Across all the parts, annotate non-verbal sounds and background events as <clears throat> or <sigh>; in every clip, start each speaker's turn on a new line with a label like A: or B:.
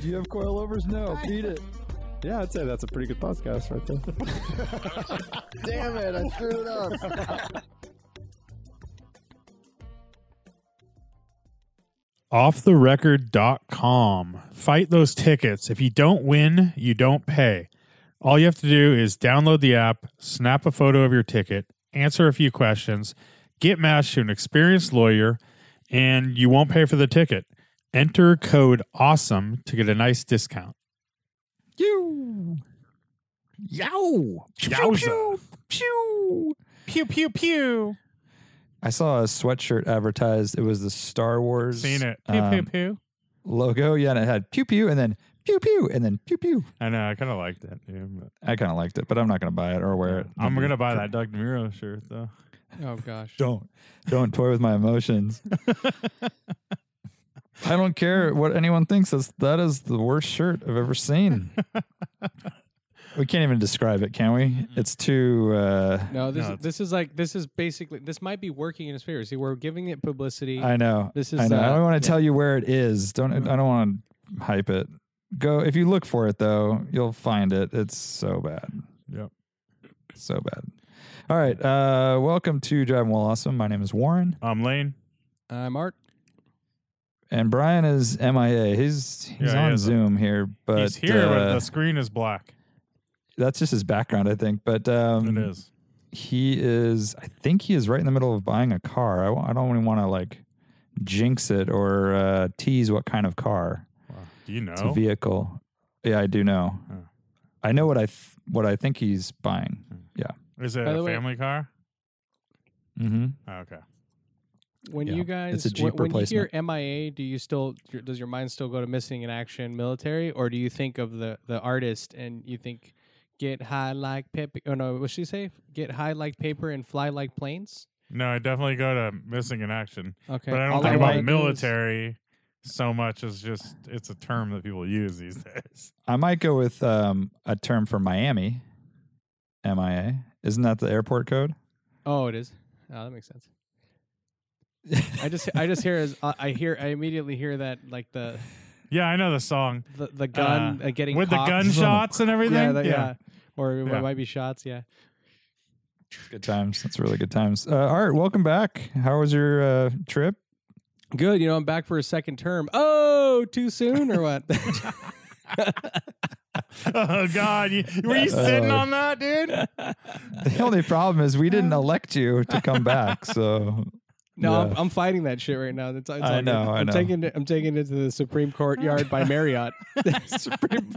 A: Do you have coilovers? No, beat it. Yeah, I'd say that's a pretty good podcast right there.
B: <laughs> Damn it, I threw it up.
C: offtherecord.com. Fight those tickets. If you don't win, you don't pay. All you have to do is download the app, snap a photo of your ticket, answer a few questions, get matched to an experienced lawyer, and you won't pay for the ticket. Enter code AWESOME to get a nice discount.
A: <laughs> You. Yow.
C: Yowza.
A: pew.
C: Pew, pew, pew.
A: I saw a sweatshirt advertised. It was the Star Wars
C: Seen it. Pew,
A: um,
C: pew, pew.
A: logo. Yeah, and it had pew pew and then pew pew and then pew pew.
C: I know. I kind of like that. Dude, but-
A: I kind of liked it, but I'm not going to buy it or wear it.
C: I'm going to buy that Doug DeMuro shirt, though.
D: Oh gosh.
A: <laughs> Don't. Don't toy with my emotions. I don't care what anyone thinks. That's, that is the worst shirt I've ever seen. we can't even describe it, can we? It's too. Uh,
D: No, this
C: No, it's-
D: this is like this is basically this might be working in his favor. See, we're giving it publicity.
A: I know.
D: This is,
A: I, know. I
D: uh,
A: don't want to
D: yeah.
A: tell you where it is. Don't. I don't want to hype it. Go if you look for it though, you'll find it. It's so bad.
C: Yep.
A: So bad. All right. Uh, welcome to Driving Well Awesome. My name is Warren,
C: I'm Lane.
D: I'm Um, Art.
A: and Brian is MIA. He's he's
C: Yeah, he
A: on
C: is.
A: Zoom here, but
C: He's here, but
A: uh,
C: the screen is black.
A: that's just his background, I think. But um,
C: it is.
A: he is. I think he is right in the middle of buying a car. I, wa- I don't even want to like jinx it or uh, tease what kind of car.
C: Do you know?
A: It's a vehicle. Yeah, I do know.
C: Oh.
A: I know what I th- what I think he's buying. Yeah.
C: Is it
D: By the
C: a
D: way-
C: family car?
A: Mm-hmm.
C: Oh, okay.
D: When
A: Yeah.
D: you
A: It's a
D: guys
A: Jeep
D: when, when you hear MIA, do you still your- does your mind still go to missing in action military or do you think of the the artist and you think get high like paper oh no, what she say? Get high like paper and fly like planes?
C: No, I definitely go to missing in action,
D: Okay.
C: but I don't
D: all
C: think
A: I
C: about
D: wanna do is-
C: military so much as just it's a term that people use these <laughs> days.
A: I might go with um, a term for Miami. MIA. Isn't that the airport code?
D: Oh, it is. Oh, that makes sense. I just I just hear is I I hear I immediately hear that like the
C: Yeah, I know the song
D: the, the gun uh, getting
C: with
D: cocked.
C: the
D: <laughs>
C: gunshots and everything.
D: Yeah, that- yeah. Or
C: Yeah.
D: it might be shots. Yeah.
A: good times. That's really good times. Uh, Art, welcome back. How was your uh, trip?
D: Good. You know, I'm back for a second term. Oh, too soon or what?
C: <laughs>
D: <laughs>
C: oh God, you, were
A: <laughs>
C: you sitting
A: Uh,
C: on that,
A: <laughs>
C: dude?
D: Uh,
A: The only problem is we didn't elect you to come back.
D: <laughs>
A: So
D: no,
A: Yeah.
D: I'm, I'm fighting that shit right now. That's, it's
A: I
D: all good.
A: know, I
D: I'm
A: know.
D: taking it. I'm taking it to the Supreme Court yard by Marriott.
A: Supreme.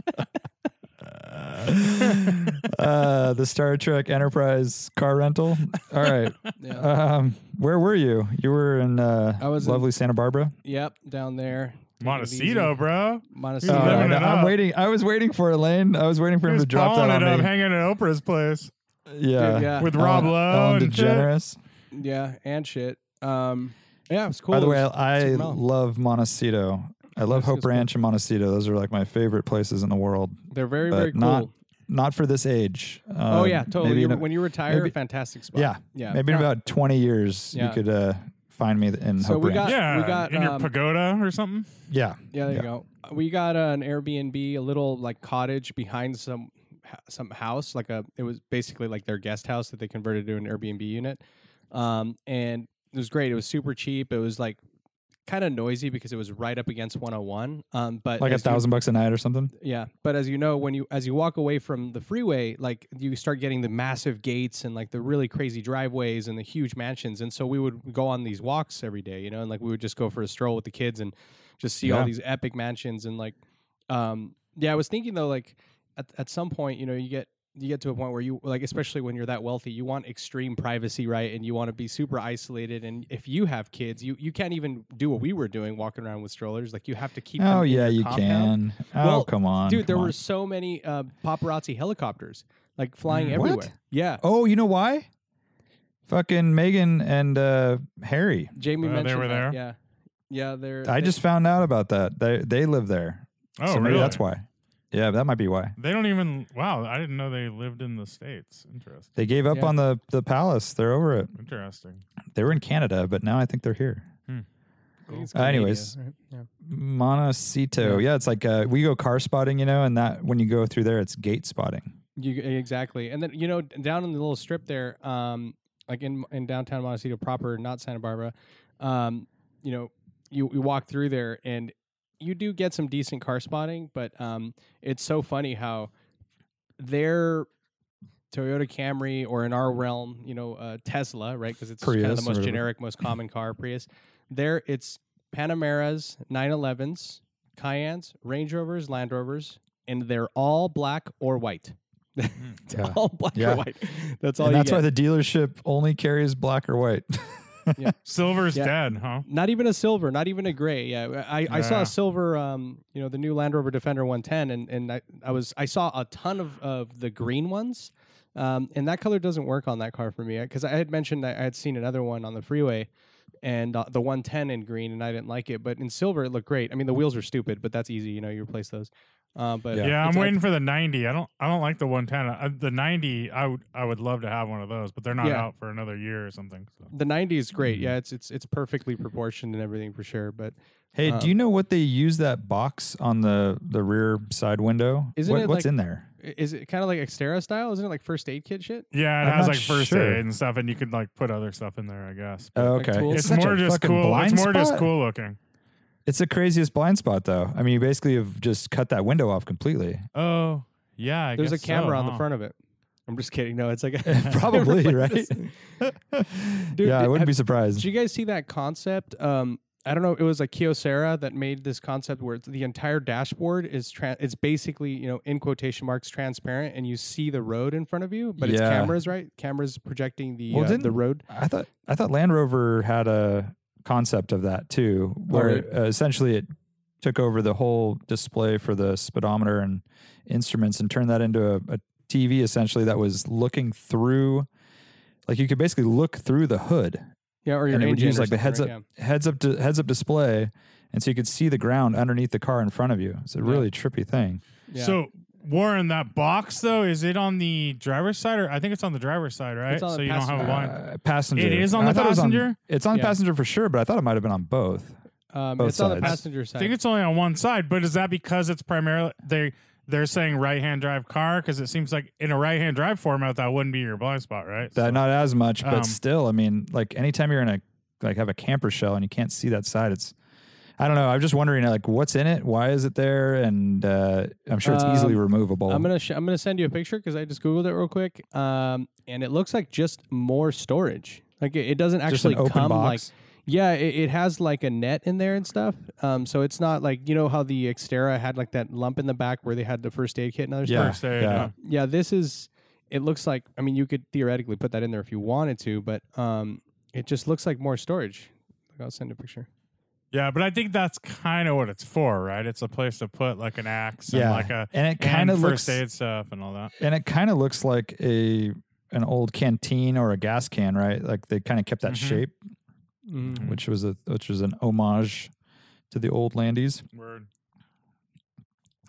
A: uh, the Star Trek Enterprise car rental. All right.
D: Yeah.
A: Um, where were you? You were in uh,
D: I was in-
A: lovely Santa Barbara.
D: <laughs> yep. Down there. Taking it
C: Montecito,
D: easy.
C: bro.
D: Montecito. Uh,
C: You're living
A: Oh, I-
C: it
A: I'm
C: up.
A: waiting. I was waiting for Elaine. I was waiting for
C: He
A: him
C: was
A: to drop
C: balling
A: that
C: it
A: on
C: up,
A: me.
C: hanging at Oprah's place
A: yeah.
D: Dude, yeah.
C: with Rob
A: Ellen-
C: Lowe
A: Ellen
C: and shit.
A: DeGeneres.
D: Yeah. And shit. Um. Yeah. It was cool.
A: By the
D: It
A: way,
D: was-
A: I
D: super mellow.
A: love Montecito. I love Hope
D: Montecito's cool.
A: Ranch and Montecito. Those are like my favorite places in the world.
D: they're very
A: but
D: very cool.
A: not- Not for this age.
D: oh
A: Um,
D: yeah, totally.
A: maybe
D: You're-
A: in a-
D: when you retire,
A: maybe-
D: fantastic spot.
A: yeah.
D: Yeah.
A: Maybe in about 20 years, you
D: Yeah.
A: could uh, find me in
D: So
A: Hope
D: we
A: Ranch.
D: got-
C: Yeah,
D: we got,
C: in your
D: um,
C: pagoda or something.
A: yeah.
D: Yeah, there
A: Yeah.
D: you go. Uh, We got uh, an Airbnb, a little like cottage behind some h- some house, like a it was basically like their guest house that they converted to an Airbnb unit. Um, and it was great. It was super cheap. It was like kind of noisy because it was right up against 101. Um, but
A: Like a
D: as you-
A: thousand bucks a night or something.
D: yeah, but as you know, when you as you walk away from the freeway, like you start getting the massive gates and like the really crazy driveways and the huge mansions. And so we would go on these walks every day, you know, and like we would just go for a stroll with the kids and just see
A: Yeah.
D: all these epic mansions and like, um, yeah. I was thinking though, like at at some point, you know, you get you get to a point where you like especially when you're that wealthy you want extreme privacy right and you want to be super isolated and if you have kids you you can't even do what we were doing walking around with strollers like you have to keep them
A: Oh
D: in
A: yeah,
D: your
A: you
D: compound.
A: can. oh
D: Well,
A: come on,
D: dude there
A: come on.
D: were so many uh, paparazzi helicopters like flying
A: What?
D: everywhere yeah
A: Oh, you know why? Fucking Megan and uh, Harry.
D: jamie
C: Uh, they
D: mentioned
C: were
D: that,
C: there?
D: yeah yeah they're
A: I
D: they-
A: just found out about that. They they live there.
C: Oh,
A: so maybe
C: really?
A: that's why. Yeah, that might be why.
C: They don't even. Wow, I didn't know they lived in the states. Interesting.
A: They gave up
D: Yeah.
A: on the the palace. They're over it.
C: Interesting.
A: They were in Canada, but now I think they're here.
D: I think it's
A: Uh,
D: Canadian,
A: anyways.
D: right? yeah.
A: Montecito. Yeah, it's like uh, we go car spotting, you know, and that when you go through there, it's gate spotting.
D: You e, exactly, and then you know d- down in the little strip there, um, like in in downtown Montecito proper, not Santa Barbara, um, you know, you, you walk through there and you do get some decent car spotting, but um, it's so funny how their Toyota Camry or in our realm, you know, uh, Tesla, right? Because it's kind of
A: Prius or
D: the most
A: whatever.
D: generic, most common car, Prius. There, it's Panameras, 911s, Cayennes, Range Rovers, Land Rovers, and they're all black or white. It's
A: Yeah.
D: <laughs> all black
A: Yeah.
D: or white. That's all.
A: And
D: you
A: that's
D: get.
A: why the dealership only carries black or white. <laughs>
C: Silver's
D: Yeah.
C: dead, huh?
D: Not even a silver, not even a gray. Yeah, I, I saw
C: Yeah.
D: a silver. Um, you know, the new Land Rover Defender 110, and and I, I was I saw a ton of of the green ones, um, and that color doesn't work on that car for me because I had mentioned that I had seen another one on the freeway, and uh, the 110 in green, and I didn't like it, but in silver it looked great. I mean, the wheels are stupid, but that's easy. You know, you replace those. Uh, but
C: Yeah,
D: it's-
C: I'm
D: I-
C: waiting for the 90. I don't. I don't like the 110. Uh, the 90, I would. I would love to have one of those, but they're not
D: Yeah.
C: out for another year or something. So.
D: The 90 is great.
A: Mm-hmm.
D: Yeah, it's it's it's perfectly proportioned and everything for sure. But
A: hey,
D: Um,
A: do you know what they use that box on the the rear side window?
D: Isn't
A: What-
D: it
A: what's
D: like-
A: in there?
D: i- is it kind of like Xterra style? Isn't it like first aid kit shit?
C: Yeah, it
A: I'm
C: has
A: not
C: like first
A: sure.
C: aid and stuff, and you could like put other stuff in there, I guess.
A: Oh,
D: like
A: okay,
D: tools?
C: It's,
A: such
C: more
A: a
C: just
A: fucking
C: cool. It's
A: blind
C: more just
A: spot.
C: cool looking.
A: It's the craziest blind spot, though. I mean, you basically have just cut that window off
D: <laughs>
A: completely. <laughs>
C: Oh, yeah. I
D: There's a
C: guess so,
D: camera on the
C: huh?
D: front of it. I'm just kidding. No, <laughs> it's like
A: <laughs> Probably, right?
D: Did <laughs> Dude,
A: yeah, I
D: did-
A: wouldn't
D: have-
A: be surprised.
D: you guys see that concept? Um, I don't know. It was like Kyocera that made this concept where it's, the entire dashboard is trans. It's basically you know in quotation marks transparent, and you see the road in front of you, but it's
A: Yeah.
D: cameras, right? Cameras projecting the
A: Well,
D: uh, the
A: didn't-
D: road.
A: I thought I thought Land Rover had a concept of that too, where
D: really?
A: uh, essentially it took over the whole display for the speedometer and instruments and turned that into a, a TV essentially that was looking through, like you could basically look through the hood
D: Yeah, or your
A: and it would
D: engine
A: use
D: or
A: like the
D: something,
A: heads
D: right?
A: up
D: Yeah.
A: heads up di- heads up display, and so you could see the ground underneath the car in front of you. It's a
D: Yeah.
A: really trippy thing.
D: Yeah.
C: So Warren, that box though, is it on the driver's side or I think it's on the driver's side, right?
D: on the
C: so you don't have a
D: passenger.
C: line.
A: Uh, passenger.
C: It is on
A: I
C: the
A: thought it was
C: passenger?
A: it's on
D: Yeah.
A: passenger for sure, but I thought it might have been on both.
D: um,
A: both
D: it's on the
A: sides.
D: passenger
C: I
D: side.
C: think it's only on one side, but is that because it's primarily they they're saying right hand drive car? Because it seems like in a right hand drive format that wouldn't be your blind spot, right?
A: That
C: So-
A: not as much, but
C: um,
A: still, I mean, like anytime you're in a like have a camper shell and you can't see that side, it's I don't know. I'm just wondering like what's in it, why is it there, and uh, I'm sure it's easily
D: Um,
A: removable.
D: I'm gonna sh- I'm gonna send you a picture because I just googled it real quick, um, and it looks like just more storage. Like it, it doesn't
A: just an
D: actually
A: open
D: come like
A: box.
D: yeah, it, it has like a net in there and stuff. Um, so it's not like you know how the Xterra had like that lump in the back where they had the first aid kit and other
A: yeah,
D: stuff.
C: First aid,
A: yeah.
C: yeah.
D: Yeah, this is. It looks like I mean you could theoretically put that in there if you wanted to, but um, it just looks like more storage. I'll send a picture.
C: yeah, but I think that's kind of what it's for, right? It's a place to put like an axe
A: yeah.
C: and like a
A: and it
C: and
A: kind of
C: first
A: looks
C: aid stuff and all that.
A: and it kind of looks like a an old canteen or a gas can, right? Like they kind of kept that
C: Mhm.
A: shape,
C: Mm-hmm.
A: which was a which was an homage to the old Landies.
C: Word.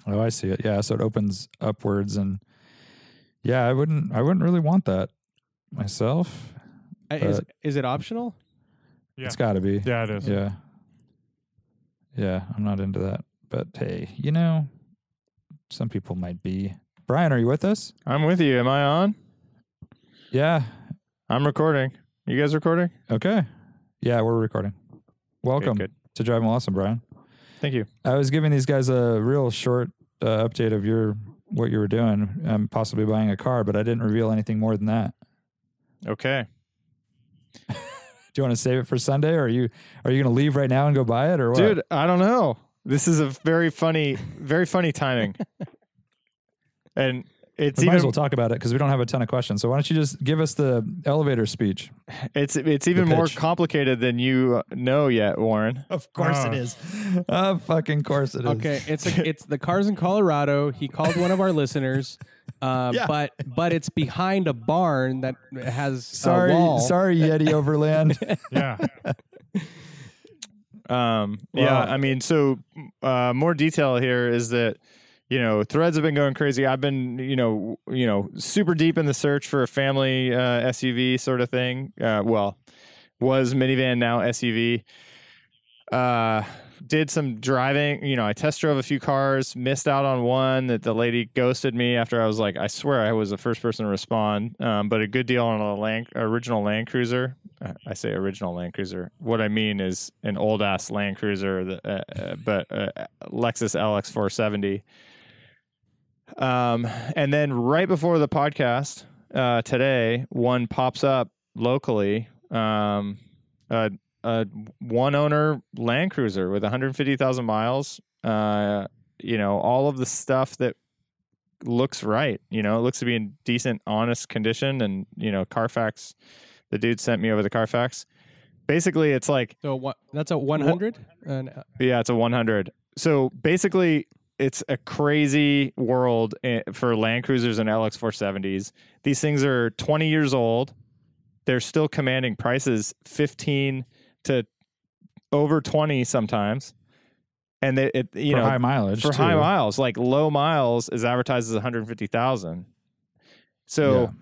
A: Oh, I see it. Yeah, so it opens upwards, and yeah, I wouldn't, I wouldn't really want that myself.
D: I- Uh, Is
A: But-
D: is it optional?
C: Yeah.
A: It's got to be.
C: Yeah, it is.
A: Yeah, yeah. I'm not into that, but hey, you know, some people might be. Brian, are you with us?
B: I'm with you. Am I on?
A: Yeah.
B: I'm recording. You guys recording?
A: Okay. Yeah, we're recording. Welcome
B: good.
A: to Driving Awesome, Brian.
B: Thank you.
A: I was giving these guys a real short uh, update of your what you were doing and possibly buying a car, but I didn't reveal anything more than that.
B: Okay.
A: Do you want to save it for Sunday, or are you are you going to leave right now and go buy it, or what?
B: Dude, I
A: <laughs>
B: don't know. This is a very funny, very funny timing. and It's
A: We might
B: even
A: as well talk about it because we don't have a ton of questions. So why don't you just give us the elevator speech? <laughs>
B: it's it's even more
A: pitch.
B: complicated than you uh, know yet, Warren.
A: Of
C: course it Ah.
A: is. Of Oh, fucking course it is. Uh,
D: Okay, it's a, it's the cars in Colorado. He called one of our listeners, uh,
A: Yeah.
D: but but it's behind a barn that has
A: Sorry,
D: a Uh, wall.
A: sorry, Yeti <laughs> Overland.
C: Yeah.
B: Um, yeah,
A: Wow.
B: I mean, so uh, more detail here is that you know threads have been going crazy. I've been you know w- you know super deep in the search for a family uh, SUV sort of thing. Uh, well, was minivan now SUV. Uh, did some driving. You know, I test drove a few cars. Missed out on one that the lady ghosted me after. I was like, I swear I was the first person to respond. Um, but a good deal on a land, original Land Cruiser. I- I say original Land Cruiser. What I mean is an old ass Land Cruiser, the, uh, uh, but uh, Lexus LX 470. Um, and then right before the podcast uh, today, one pops up locally. Um, a, a one owner Land Cruiser with 150,000 miles. Uh, you know, all of the stuff that looks right. You know, it looks to be in decent, honest condition. And, you know, Carfax, the dude sent me over the Carfax. Basically, it's like,
D: So what? That's a one hundred. uh, Well,
B: yeah, it's a 100. So basically, it's a crazy world eh, for Land Cruisers and LX 470s. These things are 20 years old. They're still commanding prices 15 to over 20 sometimes. And they, it, you
A: for
B: know,
A: high mileage.
B: for high
A: too.
B: miles. Like low miles is advertised as 150,000. So,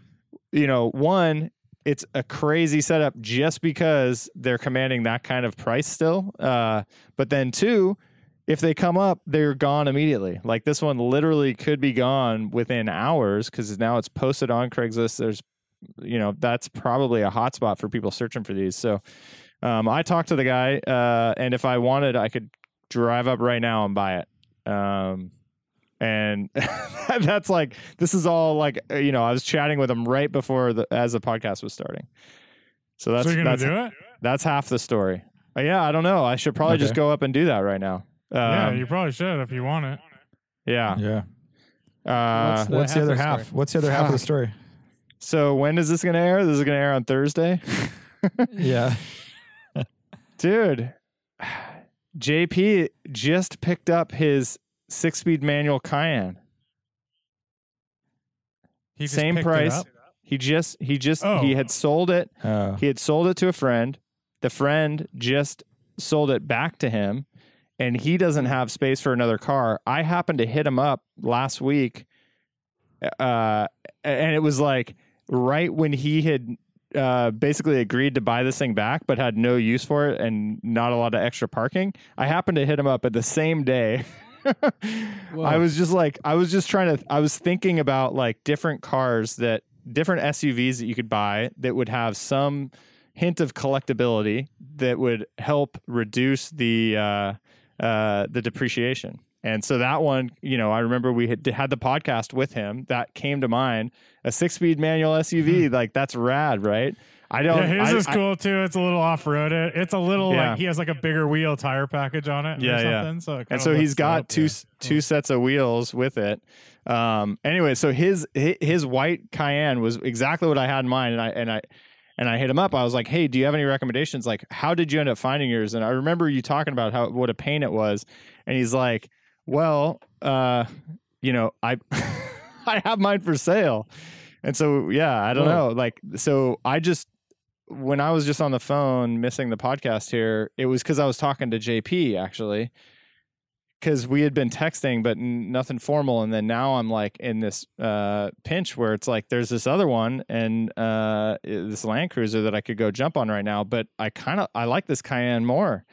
B: you know, one, it's a crazy setup just because they're commanding that kind of price still. Uh, but then two, if they come up, they're gone immediately. Like this one literally could be gone within hours because now it's posted on Craigslist. There's, you know, that's probably a hotspot for people searching for these. So, um, I talked to the guy, uh, and if I wanted, I could drive up right now and buy it um and <laughs> that's like this is all like uh, you know i was chatting with him right before the as the podcast was starting so that's
C: so you're gonna
B: that's
C: do it?
B: that's half the story Uh, yeah i don't know i should probably just
A: Okay.
B: go up and do that right now um,
C: yeah, you
B: yeah
C: probably should if you want it.
B: yeah,
A: Yeah.
B: Uh,
D: The
A: What's the other
D: half of the
A: half?
D: story.
A: What's the other half of the
D: <laughs>
A: story?
B: so when is this gonna air this is gonna air on
C: <laughs>
B: thursday
A: yeah.
B: dude <sighs> jp just picked up his six-speed manual cayenne
C: He just
B: Same
C: picked it
B: price.
C: up?
B: he just he just
C: Oh.
B: he had sold it
A: Oh.
B: He had sold it to a friend. The friend just sold it back to him, and he doesn't have space for another car. I happened to hit him up last week, uh, and it was like right when he had uh, basically agreed to buy this thing back, but had no use for it and not a lot of extra parking. I happened to hit him up at the same day. <laughs> I was just like, I was just trying to, I was thinking about like different cars that, different SUVs that you could buy that would have some hint of collectability that would help reduce the, uh, uh, the depreciation. And so that one, you know, I remember we had, had the podcast with him that came to mind. A six speed manual SUV, like that's rad, right? I don't.
C: Hmm. Yeah, his
B: I-
C: is
B: I-
C: cool too. It's a little off road. It's a little
B: Yeah.
C: like he has like a bigger wheel tire package on it.
B: Yeah,
C: or
B: yeah.
C: something, So it
B: and
C: kinda
B: so he's
C: looks
B: got
C: dope,
B: two
C: yeah.
B: s two sets of wheels with it. Um, anyway, so his hi- his white Cayenne was exactly what I had in mind, and I and I and I hit him up. I was like, "Hey, do you have any recommendations? Like, how did you end up finding yours?" And I remember you talking about how what a pain it was, and he's like, "Well, uh, you know, I <laughs> I have mine for sale," and so yeah, I don't
D: Whoa.
B: know. Like, so I just when I was just on the phone missing the podcast here, it was because I was talking to JP actually, because we had been texting, but n- nothing formal. And then now I'm like in this uh, pinch where it's like there's this other one and uh, i- this Land Cruiser that I could go jump on right now, but I kind of I like this Cayenne more.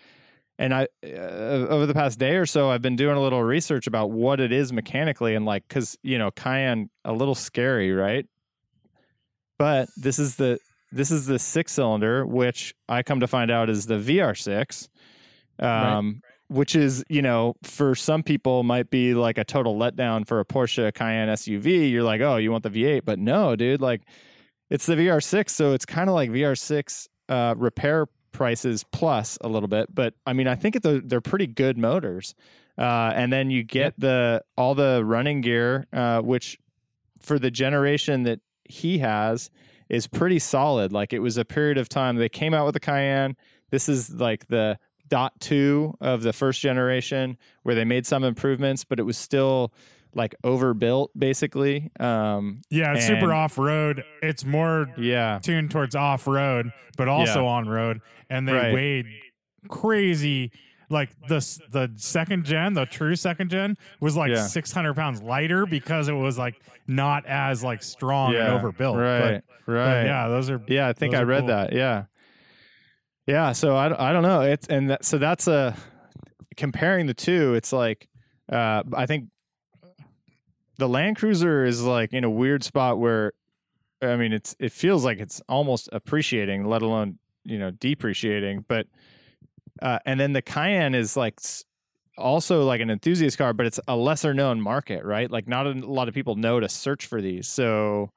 B: And I uh, over the past day or so, I've been doing a little research about what it is mechanically and like because you know Cayenne a little scary, right? But this is the this is the six cylinder, which I come to find out is the VR6, um, which is, you know, for some people might be like a total letdown for a Porsche Cayenne SUV. You're like, oh, you want the V8, but no, dude, like it's the VR6. So it's kind of like VR6 uh, repair prices plus a little bit. But I mean, I think they're, they're pretty good motors. Uh, and then you get the all the running gear, uh, which for the generation that he has is pretty solid. Like it was a period of time they came out with the Cayenne. This is like the dot two of the first generation where they made some improvements, but it was still like overbuilt basically. Um,
C: Yeah, it's super
B: And-
C: off road. It's more
B: yeah,
C: tuned towards off road, but also on road. And they
B: Right.
C: weighed crazy. Like the s- the second gen, the true second gen was like
B: Yeah.
C: 600 pounds lighter because it was like not as like strong
B: yeah,
C: and overbuilt.
B: Right,
C: Oh, But- but
B: right.
C: yeah, those are
B: Yeah, I think
C: Those
B: I
C: are
B: read
C: cool.
B: that. Yeah, yeah. So I, d- I don't know. It's and that, so that's a comparing the two. It's like uh, I think the Land Cruiser is like in a weird spot where I mean it's it feels like it's almost appreciating, let alone you know depreciating. But uh, and then the Cayenne is like s- also like an enthusiast car, but it's a lesser known market, right? Like not a lot of people know to search for these. So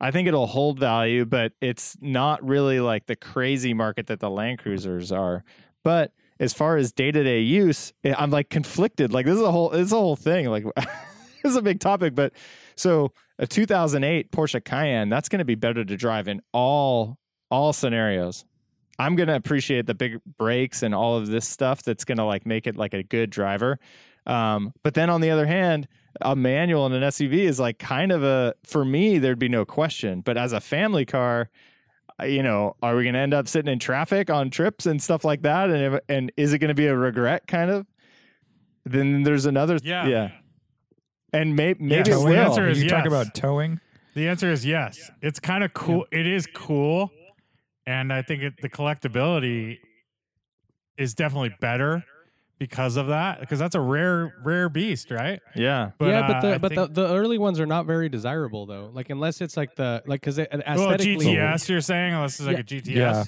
B: I think it'll hold value, but it's not really like the crazy market that the Land Cruisers are. But as far as day to day use, eh, I'm like conflicted. Like this is a whole this is a whole thing. Like <laughs> this is a big topic, but so a 2008 Porsche Cayenne that's going to be better to drive in all all scenarios. I'm going to appreciate the big brakes and all of this stuff that's going to like make it like a good driver. Um, but then on the other hand, a manual and an SUV is like kind of a for me there'd be no question, but as a family car, uh, you know, are we going to end up sitting in traffic on trips and stuff like that and if, and is it going to be a regret kind of? Then there's another
C: Yeah.
B: yeah. And may,
C: Yes.
B: maybe it
C: The
B: will.
C: answer
A: you
C: is yes.
A: talk about towing.
C: The answer is yes. It's kind of cool. It is cool, and I think it, the collectability is definitely better because of that. Because that's a rare, rare beast, right?
B: Yeah.
D: yeah,
C: uh,
D: but the
C: I
D: but
C: think-
D: the, the early ones are not very desirable though. Like unless it's like the like because
C: well,
D: aesthetically,
C: GTS. You're saying unless it's like a GTS.
A: Yeah.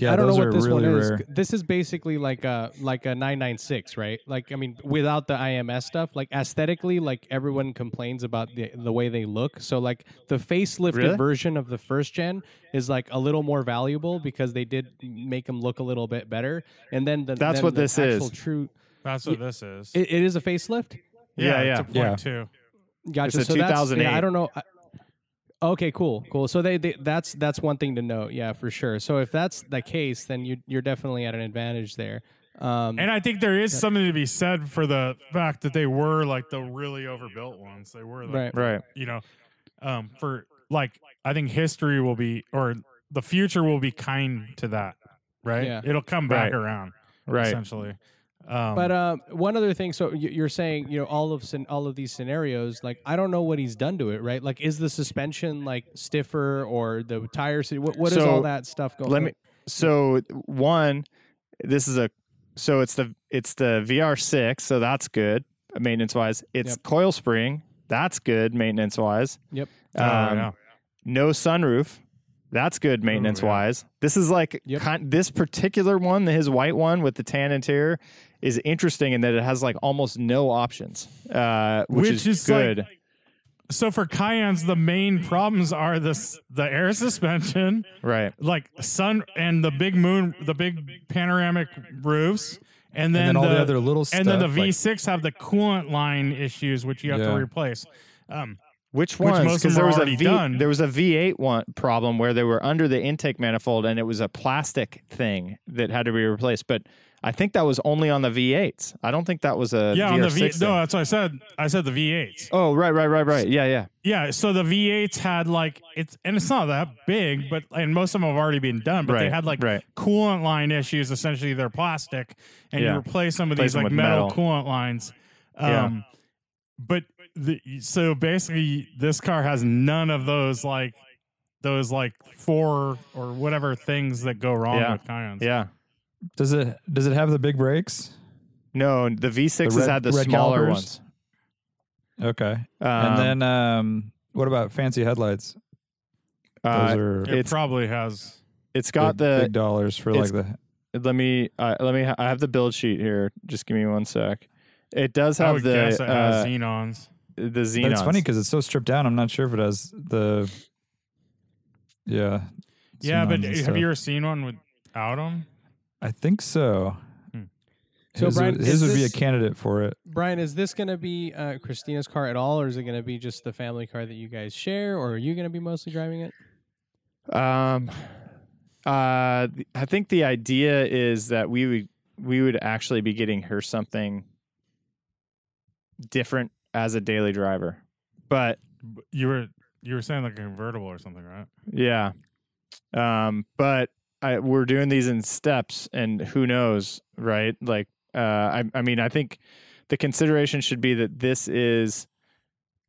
A: Yeah,
D: I don't know
A: those
D: what
A: are
D: this
A: really
D: one is.
A: rare.
D: This is basically like a like a 996, right? Like I mean, without the IMS stuff, like aesthetically, like everyone complains about the the way they look. So like the facelifted
B: Really?
D: version of the first gen is like a little more valuable because they did make them look a little bit better. And then the
B: That's
D: then
B: what
D: the
B: this
D: actual
B: is.
D: True,
C: That's what this is.
D: it, it is a facelift.
B: Yeah, yeah.
C: It's a point
A: Yeah.
C: two.
D: Gotcha.
B: a
D: so that's yeah,
B: 2008.
D: I don't know. I- okay, cool, cool. So they, they that's that's one thing to note. Yeah, for sure. So if that's the case, then you you're definitely at an advantage there. Um,
C: And I think there is something to be said for the fact that they were like the really overbuilt ones. They were like
D: right.
B: Right.
C: you know, um, for like I think history will be or the future will be kind to that, right?
D: Yeah.
C: It'll come back
B: Right.
C: around,
B: Right.
C: Essentially. Um,
D: But uh, one other thing, so y- you're saying you know all of scen- all of these scenarios, like I don't know what he's done to it, right? Like, is the suspension like stiffer or the tires? What what is
B: So,
D: all that stuff going?
B: let me so one this is a so it's the it's the vr6 so that's good maintenance wise it's
D: Yep.
B: coil spring that's good maintenance wise
D: Yep.
C: oh,
B: um,
C: yeah.
B: no sunroof that's good maintenance wise this is like
D: Yep.
B: kind, this particular one his white one with the tan interior is interesting in that it has like almost no options uh which,
C: Which
B: is,
C: is, like,
B: good
C: So for Cayennes, the main problems are this the air suspension,
B: right
C: like sun and the big moon, the big panoramic roofs, and then,
A: and then all the,
C: the
A: other little stuff.
C: and then the
A: like-
C: V6 have the coolant line issues, which you have to
A: Yeah.
C: replace. Um,
B: Which
C: Which
B: ones?
C: most of
B: 'Cause
C: them
B: there
C: are
B: was a
C: already
B: V
C: done.
B: there was a V8 one problem where they were under the intake manifold and it was a plastic thing that had to be replaced. But I think that was only on the V8s. I don't think that was a
C: yeah, on the V.
B: VR6 thing.
C: No, that's what I said. I said the V8s.
B: Oh right, right, right, right. Yeah, yeah,
C: Yeah, so the V8s had like it's and it's not that big, but and most of them have already been done, but they
B: Right,
C: had like
B: right.
C: coolant line issues. Essentially, they're plastic, and
B: Yeah.
C: you replace some of
B: Replace
C: these
B: them
C: like
B: with
C: metal,
B: metal.
C: coolant lines.
B: Yeah.
C: Um, but the, so basically, this car has none of those like those like four or whatever things that go wrong
B: Yeah.
C: with Cayens.
B: yeah.
A: Does it does it have the big brakes?
B: No, the V6s
A: The red-
B: had the
A: red
B: smaller
A: calipers?
B: ones.
A: Okay.
B: Um,
A: and then um what about fancy headlights? Those
B: uh,
A: are
C: it
B: It's-
C: probably has.
B: it's got
A: big,
B: the
A: big dollars for like the
B: let me uh, let me ha- I have the build sheet here. Just give me one sec. It does
C: I
B: have
C: would
B: the
C: guess it has
B: uh,
C: xenons.
B: the
A: But
B: xenons.
A: it's funny because it's so stripped down. I'm not sure if it has the. Yeah.
C: Yeah,
A: xenons
C: but
A: and
C: have
A: stuff.
C: you ever seen one without them?
A: I think so.
C: Hmm.
D: So,
A: his
D: Brian,
A: would, his
D: is
A: would be a
D: this-
A: candidate for it.
D: Brian, is this going to be uh, Christina's car at all, or is it going to be just the family car that you guys share, or are you going to be mostly driving it?
B: Um, uh, th- I think the idea is that we would we would actually be getting her something different as a daily driver, but
C: B- You were you were saying like a convertible or something, right?
B: yeah, um, but I, we're doing these in steps, and who knows, right? Like, uh, I I mean, I think the consideration should be that this is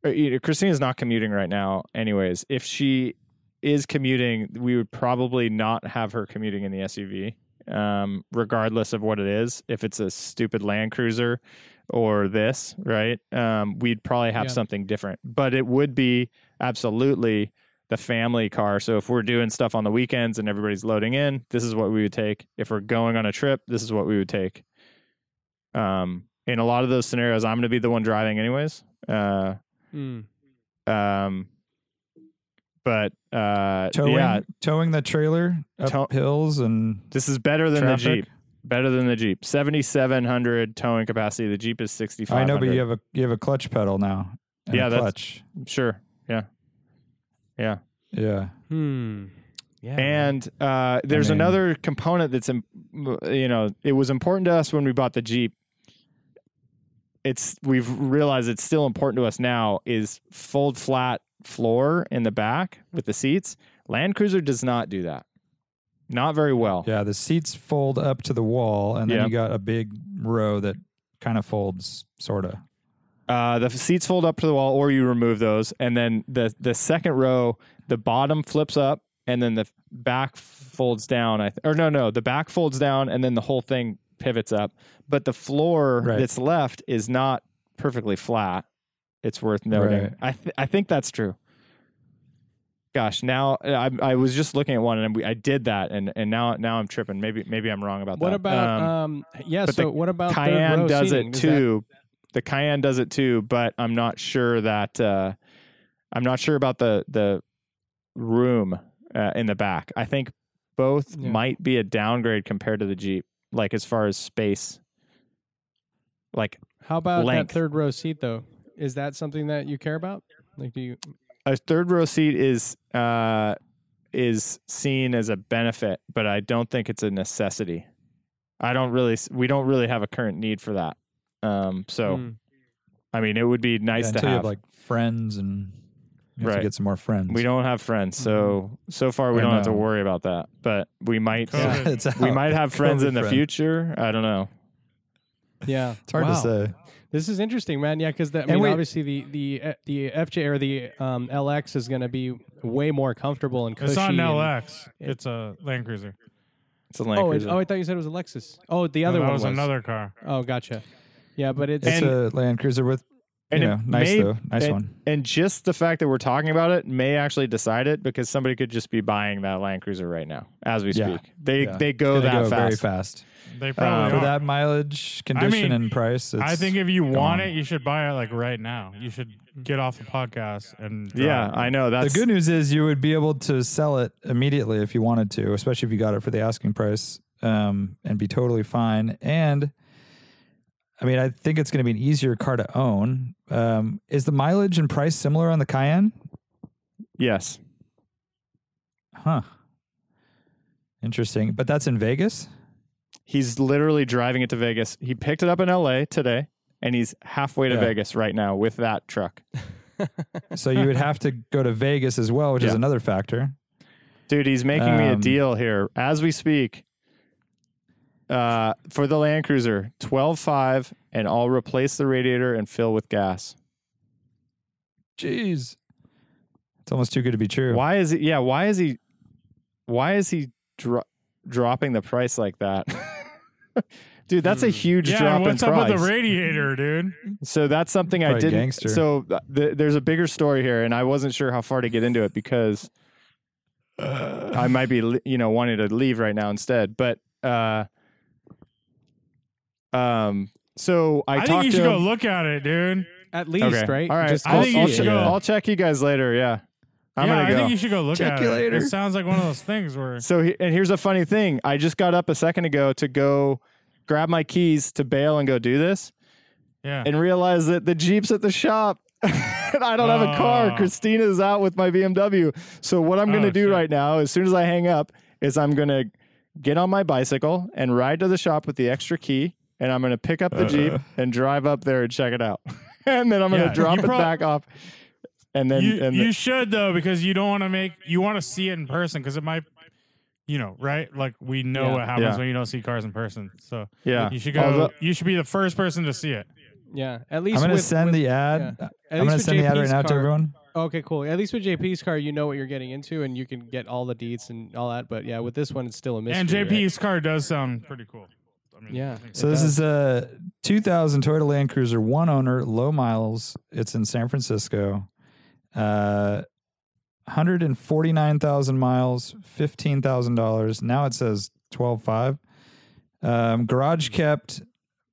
B: uh, you know, Christina's not commuting right now, anyways. If she is commuting, we would probably not have her commuting in the SUV, um, regardless of what it is. If it's a stupid Land Cruiser or this, right? Um, we'd probably have
D: Yeah.
B: something different, but it would be absolutely the family car. So if we're doing stuff on the weekends and everybody's loading in, this is what we would take. If we're going on a trip, this is what we would take. Um, in a lot of those scenarios, I'm going to be the one driving, anyways. Uh, um, but uh,
A: Towing,
B: yeah,
A: towing the trailer up
B: Tow-
A: hills and
B: This is better than the
A: Traffic?
B: Jeep. Better than the Jeep. 7,700 towing capacity. The Jeep is 6,500.
A: I know, but you have a you have a clutch pedal now. and
B: Yeah,
A: a
B: that's-
A: clutch.
B: Sure. Yeah. Yeah.
A: Yeah,
D: Hmm. Yeah.
B: And uh, there's
A: mean-
B: another component that's, im- you know, it was important to us when we bought the Jeep. It's we've realized it's still important to us now is fold flat floor in the back with the seats. Land Cruiser does not do that, not very well.
A: yeah. The seats fold up to the wall, and then
B: Yeah.
A: you got a big row that kind of folds, sorta.
B: Uh, the f- seats fold up to the wall, or you remove those, and then the the second row, the bottom flips up, and then the f- back folds down. I th- or no, no, the back folds down, and then the whole thing pivots up. But the floor
A: Right.
B: that's left is not perfectly flat. It's worth noting.
A: Right.
B: I th- I think that's true. Gosh, now uh, I I was just looking at one, and we, I did that, and and now now I'm tripping. Maybe maybe I'm wrong about
D: what
B: that.
D: about
B: Um,
D: um? Yeah.
B: but
D: So what about third row
B: Cayenne does
D: seating?
B: it
D: that-
B: too. The Cayenne does it too, but I'm not sure that uh, I'm not sure about the the room uh, in the back. I think both
D: Yeah.
B: might be a downgrade compared to the Jeep, like as far as space. Like
D: how about
B: length.
D: that third row seat though? Is that something that you care about? Like, do you?
B: a third row seat is uh, is seen as a benefit, but I don't think it's a necessity. I don't really s- we don't really have a current need for that. Um, so
D: Hmm.
B: I mean, it would be nice
A: yeah,
B: to
A: until you have like friends and you have
B: Right.
A: to get some more friends. <laughs>
B: We don't have friends, so so far we
A: Mm-hmm. I
B: don't have to
A: know.
B: worry about that. But we <laughs> might
C: Cool.
B: uh,
A: Yeah, it's
B: we
A: out. <laughs>
B: might have friends
A: COVID
B: in the
A: friend.
B: future. I don't know.
D: <laughs> Yeah.
A: It's hard
D: Wow.
A: to say.
D: This is interesting, man. Yeah, because I
A: And
D: mean,
A: we-
D: obviously the the uh, the FJ or the um, LX is going to be way more comfortable and cushy.
C: It's not an
D: and-
C: LX. It's a Land Cruiser.
B: It's a Land
D: Oh, it,
B: Cruiser.
D: oh, I thought you said it was a Lexus. Oh, the other
C: No, that
D: one
C: was, another car.
D: Oh, gotcha. Yeah, but it's
A: It's a Land Cruiser with you
B: And it
A: know, nice
B: may-
A: though, nice
B: and,
A: one.
B: And just the fact that we're talking about it may actually decide it because somebody could just be buying that Land Cruiser right now as we
A: Yeah.
B: speak. They
A: Yeah.
B: they
A: It's
B: go
A: gonna
B: that
A: go very
B: fast. Um,
A: fast.
C: They probably
B: Oh, For
C: are.
A: For that mileage, condition,
C: mean,
A: and price, it's,
C: I think if you want
A: gone.
C: it, you should buy it like right now. You should get off the podcast and drive.
B: Yeah, I know.
A: the
B: That's
A: good news is you would be able to sell it immediately if you wanted to, especially if you got it for the asking price, um, and be totally fine. And I mean, I think it's going to be an easier car to own. Um, is the mileage and price similar on the Cayenne?
B: Yes.
A: Huh. Interesting, but that's in Vegas.
B: He's literally driving it to Vegas. He picked it up in LA today and he's halfway to
A: Yeah.
B: Vegas right now with that truck.
A: so you would have to go to Vegas as well, which is
B: Yeah.
A: another factor.
B: Dude, he's making me a
A: Um,
B: deal here as we speak. Uh, for the Land Cruiser, twelve five, and I'll replace the radiator and fill with gas.
A: Jeez, it's almost too good to be true.
B: Why is he? Yeah, why is he? Why is he dro- dropping the price like that? <laughs> Dude, that's a huge
C: Hmm. Yeah,
B: drop
C: and what's
B: in
C: up
B: price.
C: with the radiator, dude?
B: So that's something I
A: Probably
B: didn't.
A: gangster.
B: So th- th- there's a bigger story here, and I wasn't sure how far to get into it because
A: <sighs>
B: I might be, li- you know, wanting to leave right now instead. But, uh, um, so I,
C: I,
B: talked
C: think you
B: to
C: should go
B: him-
C: look at it, dude.
D: at least
B: okay.
D: right.
B: All right,
D: Just
C: I
B: I'll,
C: think you
B: I'll
C: should
B: check-
C: go.
B: I'll check you guys later. Yeah, I'm
C: yeah, I
B: gonna go.
C: think you should go look
A: Check
C: at
A: you
C: it.
A: later.
C: It sounds like one of those things where
B: so, he- and here's a funny thing. I just got up a second ago to go grab my keys to bail and go do this
C: Yeah.
B: and realize that the Jeep's at the shop. <laughs> and I don't have a
C: Ah.
B: car. Christina's out with my BMW. So what I'm going to
C: Oh,
B: do
C: shit.
B: right now, as soon as I hang up, is I'm going to get on my bicycle and ride to the shop with the extra key, and I'm going to pick
C: Uh-huh.
B: up the Jeep and drive up there and check it out. <laughs> and then I'm going to
C: Yeah,
B: drop
C: you
B: it
C: prob-
B: back off. And then
C: you
B: and
C: you should though because you don't want to make you want to see it in person because it might, you know, right? Like we know
D: Yeah.
C: what happens
B: Yeah.
C: when you don't see cars in person. So
B: yeah,
C: you should
B: Although-
C: go. You should be the first person to see it.
D: Yeah, at least
A: I'm gonna
D: with-
A: send
D: with-
A: the ad.
D: yeah.
A: I'm
D: At least
A: gonna
D: with
A: send the ad right
D: JP's
A: now to
D: car-
A: everyone.
D: Okay, cool. At least with JP's car, you know what you're getting into, and you can get all the deets and all that. But yeah, with this one, it's still a mystery.
C: and
D: right?
C: JP's car does sound pretty cool. I mean,
D: Yeah.
C: I think
A: So
C: it
A: this
C: does.
A: is a 2000 Toyota Land Cruiser, one owner, low miles. It's in San Francisco. Uh, 149,000 miles, fifteen thousand dollars. Now it says twelve five. Um, garage kept,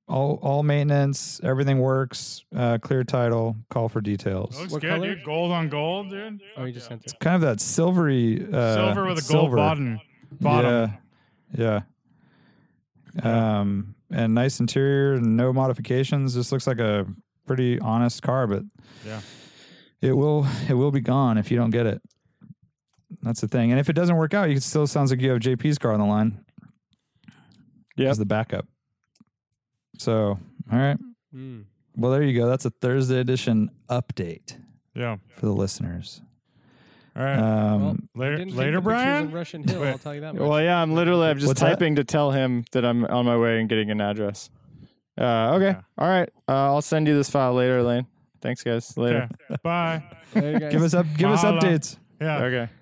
A: all all maintenance, everything works. Uh, clear title. Call for details.
C: Looks
D: What
C: good,
D: color?
C: dude. Gold on gold, dude.
D: Oh,
C: Fuck
D: you just
C: yeah.
D: sent it.
A: Kind of that silvery uh,
C: silver with a gold
A: silver.
C: bottom. Bottom.
A: Yeah. Yeah. Um, and nice interior, and no modifications. Just looks like a pretty honest car, but
C: Yeah.
A: it will it will be gone if you don't get it. That's the thing. And if it doesn't work out, you it still sounds like you have JP's car on the line.
B: Yep.
A: as the backup. So, all right.
D: Mm.
A: Well, there you go. That's a Thursday edition update
C: Yeah.
A: for the listeners.
C: All right.
A: Um,
D: Well, I
C: later,
D: didn't take the
C: later,
D: pictures
C: Brian.
D: Of Russian Hill, I'll tell
A: <laughs>
D: you that. Much.
B: Well, yeah, I'm literally I'm just
A: What's that?
B: typing to tell him that I'm on my way and getting an address. Uh, okay.
C: Okay.
B: All right. Uh, I'll send you this file later, Lane. Thanks, guys. Later.
C: Okay. Bye.
D: There you guys-
A: give us up. Give us
C: Mahalo.
A: updates.
C: Yeah.
B: okay.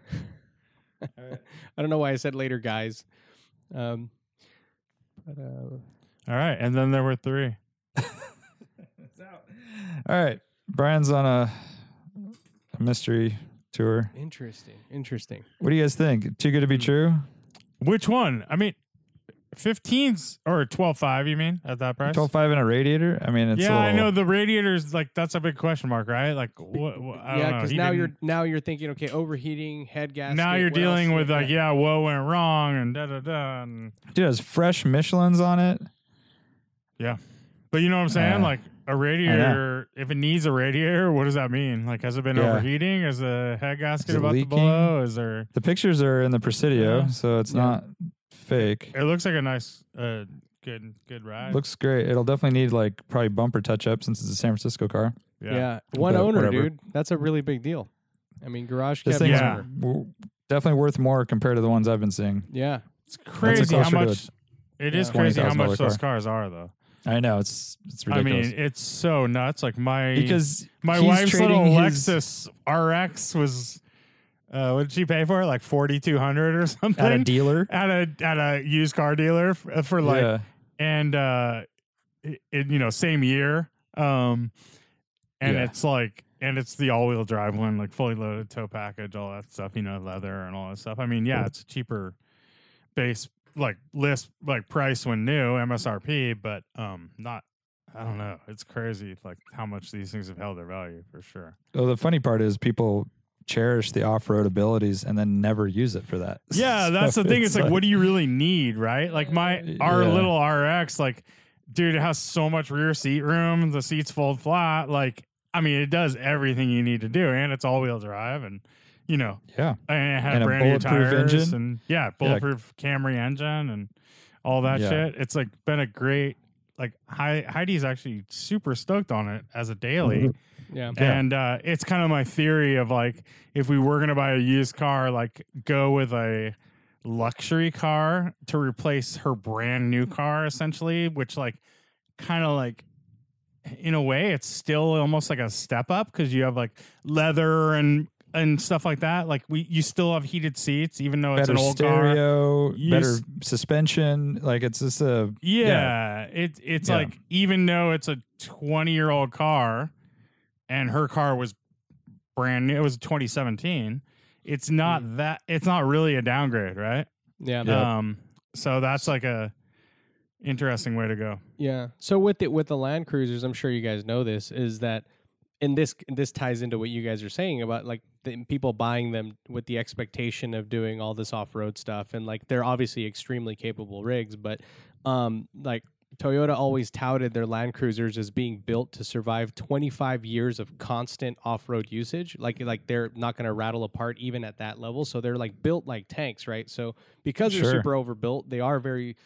D: I don't know why I said later, guys. Um, but, uh,
C: All right. And then there were three.
A: All right. Brian's on a, a mystery tour.
D: interesting, interesting.
A: What do you guys think? Too good
C: Hmm.
A: to be true?
C: Which one? I mean, 15s or 12.5, you mean, at that price?
A: 12.5 and a radiator? I mean, it's
C: yeah,
A: a
C: I know
A: little-
C: the radiators. Like that's a big question mark, right? Like, what? what I
D: yeah,
C: because
D: now you're now you're thinking, okay, overheating, head gasket.
C: now you're
D: what else
C: dealing
D: do you
C: with
D: have?
C: like, yeah, whoa went wrong and da da da. and-
A: Dude, it has fresh Michelin's on it.
C: But you know what I'm saying?
A: Uh,
C: like a radiator, if it needs a radiator, what does that mean? Like, has it been
A: Yeah.
C: overheating? Is the head gasket
A: Is it
C: about
A: leaking?
C: to blow? Is there?
A: The pictures are in the Presidio,
C: Yeah.
A: so it's
D: Yeah.
A: not fake.
C: It looks like a nice, uh, good, good ride.
A: Looks great. It'll definitely need like probably bumper touch up since it's a San Francisco car.
C: yeah.
D: Yeah, one
A: But
D: owner,
A: whatever.
D: dude. That's a really big deal. I mean, garage
A: This
D: kept
A: thing's
C: Yeah.
A: w- definitely worth more compared to the ones I've been seeing.
D: Yeah,
C: it's crazy how
A: closer to
C: much. It is
D: Yeah.
C: crazy how
A: $20,000
C: much those
A: car.
C: cars are, though.
A: I know it's it's ridiculous
C: I mean, it's so nuts. Like my
A: because
C: My
A: he's
C: wife's little
A: trading his-
C: Lexus RX was uh what did she pay for it? Like forty two hundred or something
A: at a dealer.
C: at a at a used car dealer for, for like
A: yeah,
C: and uh it, it- you know same year um and
A: Yeah.
C: it's like and it's the all wheel drive one like fully loaded tow package all that stuff you know leather and all that stuff. I mean yeah it's a cheaper base like list like price when new MSRP but um not. I don't know. It's crazy, like how much these things have held their value for sure.
A: Well, the funny part is people cherish the off-road abilities and then never use it for that.
C: <laughs>
A: <laughs>
C: Yeah, that's
A: So
C: the thing. It's, like, what do you really need, right? Like my our
A: Yeah.
C: little RX, like, dude, it has so much rear seat room. The seats fold flat. Like, I mean, it does everything you need to do, and it's all wheel drive, and you know,
A: yeah,
C: and it had
A: And a
C: brand new
A: bulletproof
C: tires,
A: engine?
C: and yeah, bulletproof Camry engine, and all that
A: Yeah.
C: shit. It's like been a great. Like Hei- Heidi's actually super stoked on it as a daily.
A: Mm-hmm.
D: yeah.
A: Yeah.
C: And uh, it's kind of my theory of like if we were going to buy a used car, like go with a luxury car to replace her brand new car, essentially, which like kind of like in a way it's still almost like a step up because you have like leather and and stuff like that. Like we you still have heated seats even though it's
A: better
C: an old car.
A: stereo,
C: You
A: better
C: s-
A: suspension. Like it's just a
C: Yeah, it it's
A: Yeah.
C: like even though it's a 20 year old car, and her car was brand new. It was 2017. It's not
A: Mm.
C: that. It's not really a downgrade, right?
D: yeah.
C: Um. So that's like a interesting way to go.
D: Yeah. So with the with the Land Cruisers, I'm sure you guys know this is that, and this this ties into what you guys are saying about like the people buying them with the expectation of doing all this off road stuff, and like they're obviously extremely capable rigs, but um like Toyota always touted their Land Cruisers as being built to survive 25 years of constant off-road usage. Like like they're not going to rattle apart even at that level. So they're like built like tanks, right? So because they're
A: Sure.
D: super overbuilt, they are very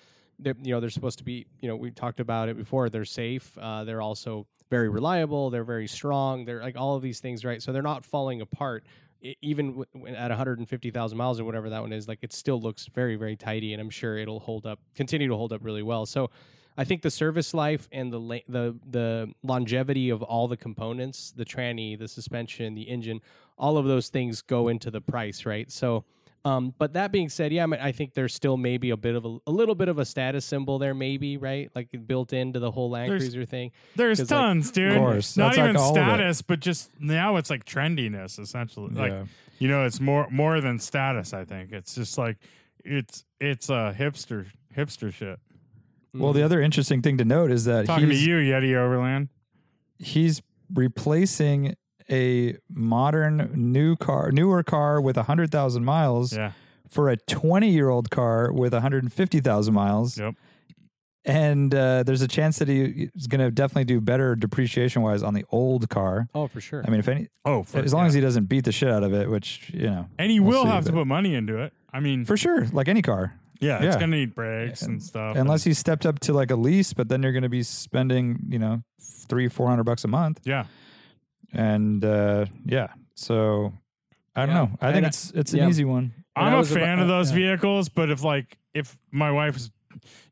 D: they're, you know they're supposed to be you know we talked about it before they're safe uh, they're also very reliable they're very strong they're like all of these things right so they're not falling apart e- even w- when- at 150,000 miles or whatever that one is, like it still looks very, very tidy, and I'm sure it'll hold up, continue to hold up really well. So, I think the service life and the la- the the longevity of all the components, the tranny, the suspension, the engine, all of those things go into the price, right? So, um, but that being said, yeah, I, mean, I think there's still maybe a bit of a, a little bit of a status symbol there, maybe, right? Like built into the whole Land
C: There's-
D: Cruiser thing.
C: There's
D: 'Cause, like,
C: tons, dude.
A: course.
C: Not
A: That's like
C: even
A: all of it.
C: status, but just now it's like trendiness essentially.
A: Yeah.
C: Like you know, it's more more than status, I think. It's just like it's it's uh hipster hipster shit.
D: Mm-hmm.
A: Well, the other interesting thing to note is that
C: Mm. Talking to
A: he's,
C: you, Yeti Overland.
A: he's replacing a modern new car, newer car with 100,000 miles
C: Yeah.
A: for a 20-year-old car with 150,000 miles.
C: Yep.
A: And uh, there's a chance that he is going to definitely do better depreciation-wise on the old car.
D: Oh, for sure.
A: I mean, if any,
C: Oh, for,
A: as long as he doesn't beat the shit out of it, which you know,
C: and he
A: we'll
C: will
A: see,
C: have to
A: but-
C: put money into it. I mean,
A: for sure, like any car,
C: yeah, it's
A: yeah.
C: gonna need brakes and, stuff.
A: unless he stepped up to like a lease, but then you're going to be spending, you know, three, four hundred bucks a month,
C: yeah,
A: and uh, yeah, so I don't
D: Yeah.
A: know. I
D: And
A: think
D: I-
A: it's it's
D: yeah.
A: an easy one.
D: When
C: I'm
D: I
C: a
D: was a-
C: fan of
D: uh,
C: those
D: yeah.
C: vehicles, but if like if my wife's,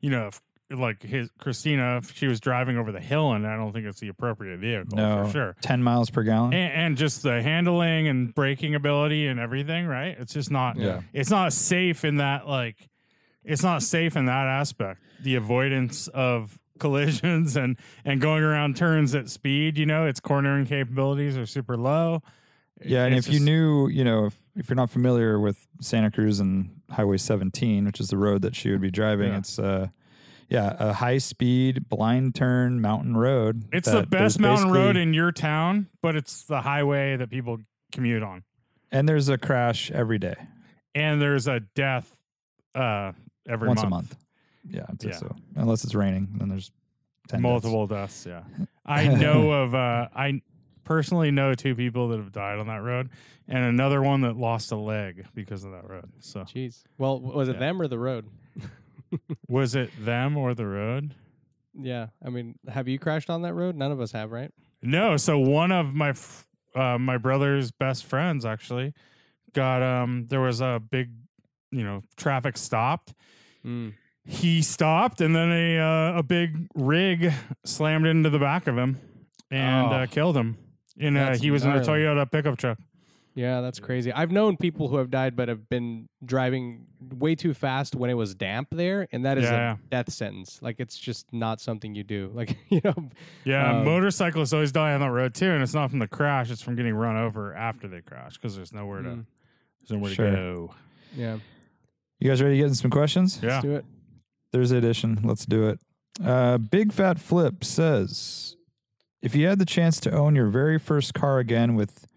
C: you know, if, like his Christina, if she was driving over the hill, and I don't think it's the appropriate vehicle
A: No,
C: for sure.
A: ten miles per gallon.
C: And, and just the handling and braking ability and everything, right? It's just not.
A: Yeah.
C: It's not safe in that like. It's not safe in that aspect. The avoidance of <laughs> collisions and and going around turns at speed. You know, its cornering capabilities are super low.
A: yeah, and if
C: It's
A: you
C: just-
A: knew, you know, if, if you're not familiar with Santa Cruz and Highway 17, which is the road that she would be driving,
C: Yeah.
A: it's uh yeah, a high speed blind turn mountain road.
C: It's the
A: that there's
C: best mountain road
A: basically-
C: in your town, but it's the highway that people commute on.
A: and there's a crash every day,
C: And there's a death uh, every
A: once
C: month,
A: a month. Yeah, it's
C: Yeah.
A: so unless it's raining, then there's 10 deaths.
C: multiple deaths.
D: <laughs>
C: Yeah, I know of. Uh, I personally know two people that have died on that road, and another one that lost a leg because of that road. So
D: Jeez. Well, w- was it
C: Yeah.
D: them or the road?
C: was it them or the road?
D: Yeah. I mean, have you crashed on that road? None of us have, right?
C: No. So one of my f- uh, my brother's best friends actually got um. There was a big, you know, traffic stopped.
D: Mm.
C: he stopped and then a uh, a big rig slammed into the back of him and
D: Oh.
C: uh, killed him. And uh,
D: That's
C: he was in a
D: gnarly.
C: Toyota pickup truck.
D: Yeah, that's crazy. I've known people who have died but have been driving way too fast when it was damp there, and that is
C: Yeah,
D: a
C: yeah.
D: death sentence. Like it's just not something you do. <laughs> Like you know,
C: Yeah,
D: Um,
C: motorcyclists always die on that road too, and it's not from the crash; it's from getting run over after they crash because there's nowhere to
D: Mm.
C: there's nowhere
A: Sure.
C: to go.
D: yeah.
A: You guys ready to get in some questions?
C: Yeah,
D: Let's do it.
A: Thursday edition. Let's do it. Uh, Big Fat Flip says If you had the chance to own your very first car again with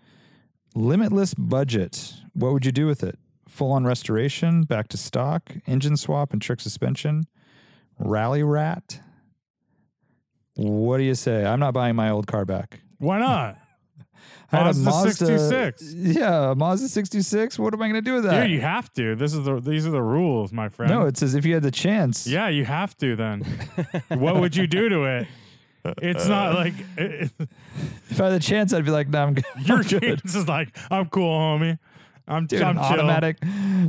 A: limitless budget, what would you do with it? Full on restoration, back to stock, engine swap, and trick suspension, rally rat. What do you say? I'm not buying my old car back.
C: why
A: <laughs>
C: not?
A: I had a
C: Mazda
A: Mazda
C: 66.
A: Yeah, a Mazda 66. What am I going to do with that?
C: Dude, you have to. This is the these are the rules, my friend.
A: no, it says if you had the chance.
C: yeah, you have to.
A: <laughs>
C: Then, what would you do to it? It's
A: Uh,
C: not like it, it-
A: If I had the chance, I'd be like, no, I'm
C: <laughs>
A: good. <laughs>
C: Your cadence is like, I'm cool, homie. I'm,
A: Dude,
C: I'm
A: an
C: chill.
A: automatic,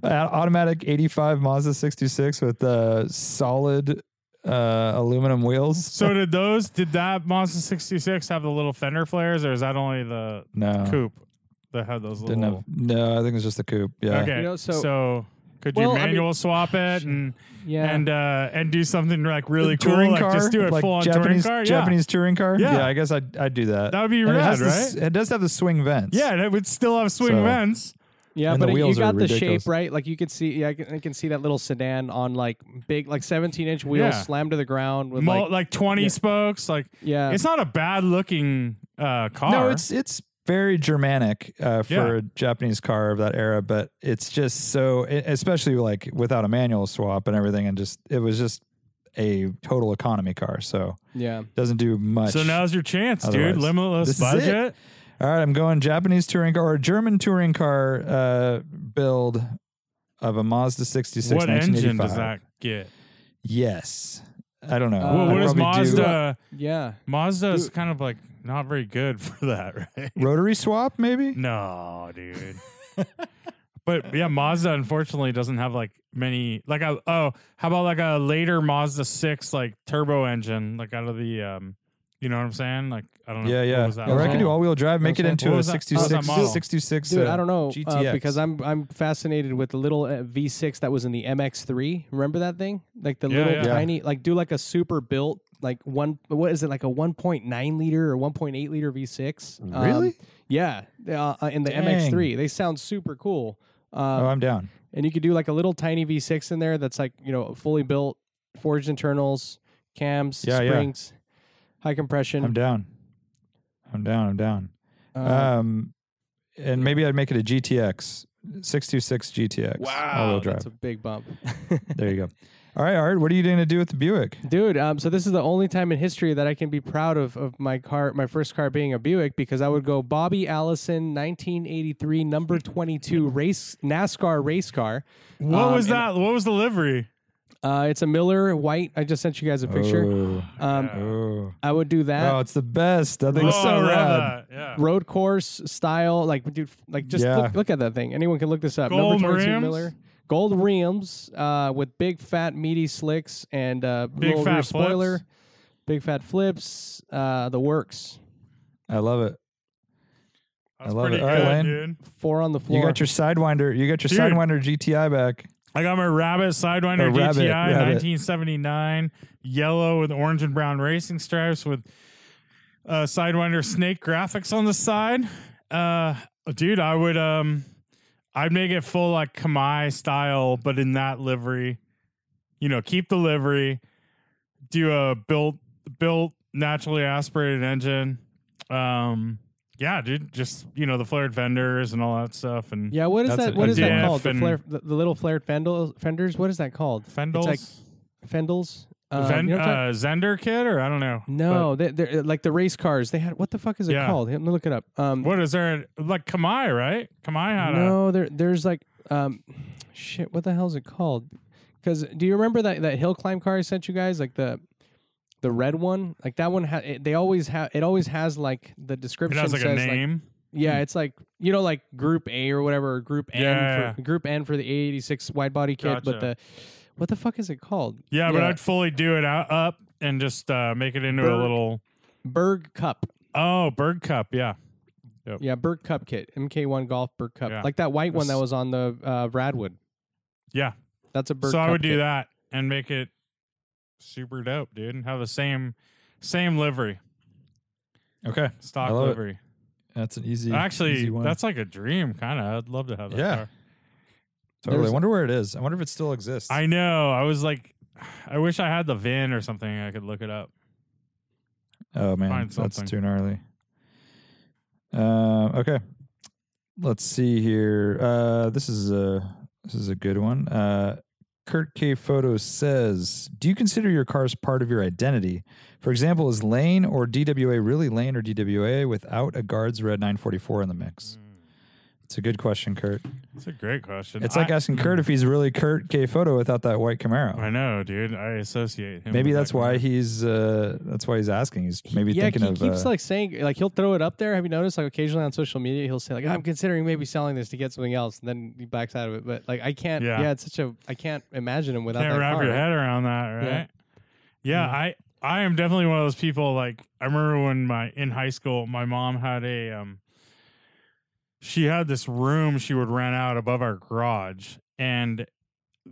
A: uh, automatic 85 Mazda 66 with uh, solid uh, aluminum wheels.
C: So did those? Did that Mazda 66 have the little fender flares, or is that only the
A: no,
C: coupe that had those
A: didn't have.
C: little?
A: No, I think it's just the coupe. Yeah,
C: Okay,
D: You know, so-
C: so, could
D: Well,
C: you
D: I mean-
C: manual swap it and
D: Yeah.
C: and uh, and do something like really cool,
A: touring
C: like
A: car,
C: just do it
A: like
C: full on touring
A: Japanese,
C: car? Yeah.
A: Japanese touring car.
C: Yeah.
A: I guess I'd, I'd do that.
C: That would be
A: And it
C: rad,
A: has the s-
C: right?
A: it does have the swing vents.
C: yeah, and it would still have swing
A: So-
C: vents.
D: Yeah,
A: And the
D: but it- you
A: wheels are
D: got the
A: ridiculous.
D: shape right. Like you can see, yeah, I can, I can see that little sedan on like big, like seventeen-inch wheels
C: Yeah.
D: slammed to the ground with
C: Mul-
D: like,
C: like, 20
D: yeah.
C: spokes. Like
D: yeah,
C: it's not a bad looking uh, car.
A: No, it's it's very Germanic uh, for
C: Yeah.
A: a Japanese car of that era, but it's just so, e- especially like without a manual swap and everything, and just it was just a total economy car, so
D: Yeah.
A: doesn't do much.
C: So now's your chance, dude.
A: Otherwise-
C: Limitless
A: This is it.
C: budget.
A: all right, I'm going Japanese touring car or German touring car uh, build of a Mazda 66.
C: What engine does
A: 1985.
C: that get?
A: Yes, I don't know.
D: Uh,
C: well,
A: I'd
C: what is
A: probably do-
C: Mazda?
D: Yeah.
C: Mazda is
D: Dude.
C: kind of like not very good <laughs> for that, right?
A: Rotary swap, maybe.
C: No, dude. but yeah, Mazda unfortunately doesn't have like many like a oh, how about like a later Mazda six like turbo engine like out of the um, you know what I'm saying? Like I don't know.
A: Yeah,
C: what
A: yeah.
C: was that
A: Or I
C: model?
A: could do all wheel drive, make it
D: What
A: into a
C: was that- what was that
A: 66,
C: model?
A: 66
D: Dude,
A: uh,
D: I don't know uh,
A: GTX.
D: because I'm I'm fascinated with the little uh, V6 that was in the MX3. Remember that thing? Like the
C: Yeah,
D: little
C: yeah.
A: Yeah.
D: tiny, like do like a super built, like one. What is it? Like a 1.9 liter or 1.8 liter V6? Um,
A: Really?
D: yeah, uh, uh, in the
A: Dang.
D: MX3, they sound super cool. Um,
A: Oh, I'm down.
D: and you could do like a little tiny V6 in there that's like you know fully built, forged internals, cams,
A: Yeah, yeah.
D: springs, high compression.
A: I'm down. I'm down. I'm down.
D: Uh,
A: Um, and maybe I'd make it a GTX, 626 GTX. All-wheel
C: Wow,
A: drive.
D: that's a big bump.
A: there you go. All right, Art, what are you going to do with the Buick?
D: Dude, um, so this is the only time in history that I can be proud of, of my car, my first car being a Buick, because I would go Bobby Allison, 1983, number 22 race NASCAR race car.
C: What
D: Um,
C: was
D: and-
C: that? What was the livery?
D: Uh, it's a Miller white. I just sent you guys a picture.
A: Oh,
D: Um,
C: Yeah.
A: oh.
D: I would do that
A: Oh, it's the best. That thing's
C: Oh, Uh, I
A: so
C: love
A: rad.
C: that. Yeah.
D: road course style. Like, dude, like just
A: Yeah.
D: look, look at that thing. Anyone can look this up.
C: Gold
D: number 22
C: rims?
D: Miller, gold rims uh, with big fat meaty slicks and uh,
C: Big
D: little
C: fat
D: rear
C: flips?
D: spoiler, big fat flips, uh, the works.
A: I love it.
C: That's
A: I love
C: pretty
A: it. All right,
C: good,
A: Lane.
C: dude.
D: Four on the floor.
A: You got your Sidewinder. You got your
C: Dude.
A: Sidewinder GTI back.
C: I got my Rabbit Sidewinder
A: Or
C: GTI
A: Rabbit, Rabbit.
C: 1979, yellow with orange and brown racing stripes with uh, Sidewinder snake graphics on the side. Uh, dude, I would um, I'd make it full like Kamai style, but in that livery. You know, keep the livery, do a built built naturally aspirated engine. Um, yeah, dude, just you know the flared fenders and all that stuff and
D: Yeah, what is
A: That's
D: that?
A: a-
D: What
A: a
D: is that
C: diff
D: called? The,
C: and-
D: flare, the, the little flared fendel, fenders. What is that called?
C: fendels.
D: Fendels. Um,
C: Ven-
D: you know what I'm talking-
C: uh, Zender kid or I don't know.
D: no, they, they're uh, like the race cars. They had what the fuck is it
C: Yeah.
D: called? Let me look it up. Um,
C: But what is there like Kamai, right? Kamai had a
D: no, there, there's like, um, shit. What the hell is it called? Because do you remember that that hill climb car I sent you guys? Like the. The red one, like that one, ha- it, they always have. It always has like the
C: it
D: description
C: has like a
D: says like
C: name.
D: Yeah, it's like you know, like Group A or whatever, or Group N,
C: Yeah.
D: for, Group N for the A86 wide body kit. But
C: Gotcha.
D: the what the fuck is it called?
C: yeah, but
D: yeah.
C: I'd fully do it out up and just uh, make it into a
D: Berg.
C: little
D: Berg Cup.
C: oh bird cup. Yeah,
D: Yeah, Berg Cup kit, MK1 Golf Berg Cup,
C: Yeah.
D: like that white one that
C: That's-
D: was on the uh, Radwood.
C: yeah.
D: That's a Berg.
C: so I
D: Cup
C: would do
D: kit.
C: that and make it super dope, dude, and have the same same livery,
A: Okay.
C: stock
A: I love it.
C: livery.
A: That's an easy
C: Actually,
A: easy one.
C: that's like a dream, kind of. I'd love to have that.
A: Yeah.
C: car.
A: totally. I
D: there's-
A: wonder where it is. I wonder if it still exists.
C: I know. I was like, <sighs> I wish I had the VIN or something. I could look it up.
A: Oh man,
C: Find
A: that's
C: something.
A: too gnarly. Uh, okay, let's see here. Uh, this is a this is a good one. Uh, Kurt K. Photo says, "Do you consider your cars part of your identity? For example, is Lane or DWA really Lane or DWA without a Guards Red 944 in the
C: Mm-hmm.
A: mix?" It's a good question, Kurt.
C: It's a great question.
A: It's
C: I,
A: like
C: Mm-hmm.
A: asking Kurt if he's really Kurt K. Photo without that white Camaro.
C: I know, dude. I associate him.
A: Maybe
C: with
A: that's
C: that
A: why
C: guy.
A: he's uh, that's why he's asking. He's maybe
D: yeah,
A: thinking
D: he
A: of
D: keeps
A: uh,
D: like saying, like he'll throw it up there. Have you noticed? Like occasionally on social media, he'll say, like, I'm considering maybe selling this to get something else, and then he backs out of it. But like, I can't.
C: Yeah.
D: Yeah, it's such a. I can't imagine him without
C: can't
D: that
C: wrap
D: car.
C: your head around that,
D: Yeah.
C: right? Yeah, I I am definitely one of those people. Like I remember when my in high school, my mom had a um, she had this room she would rent out above our garage, and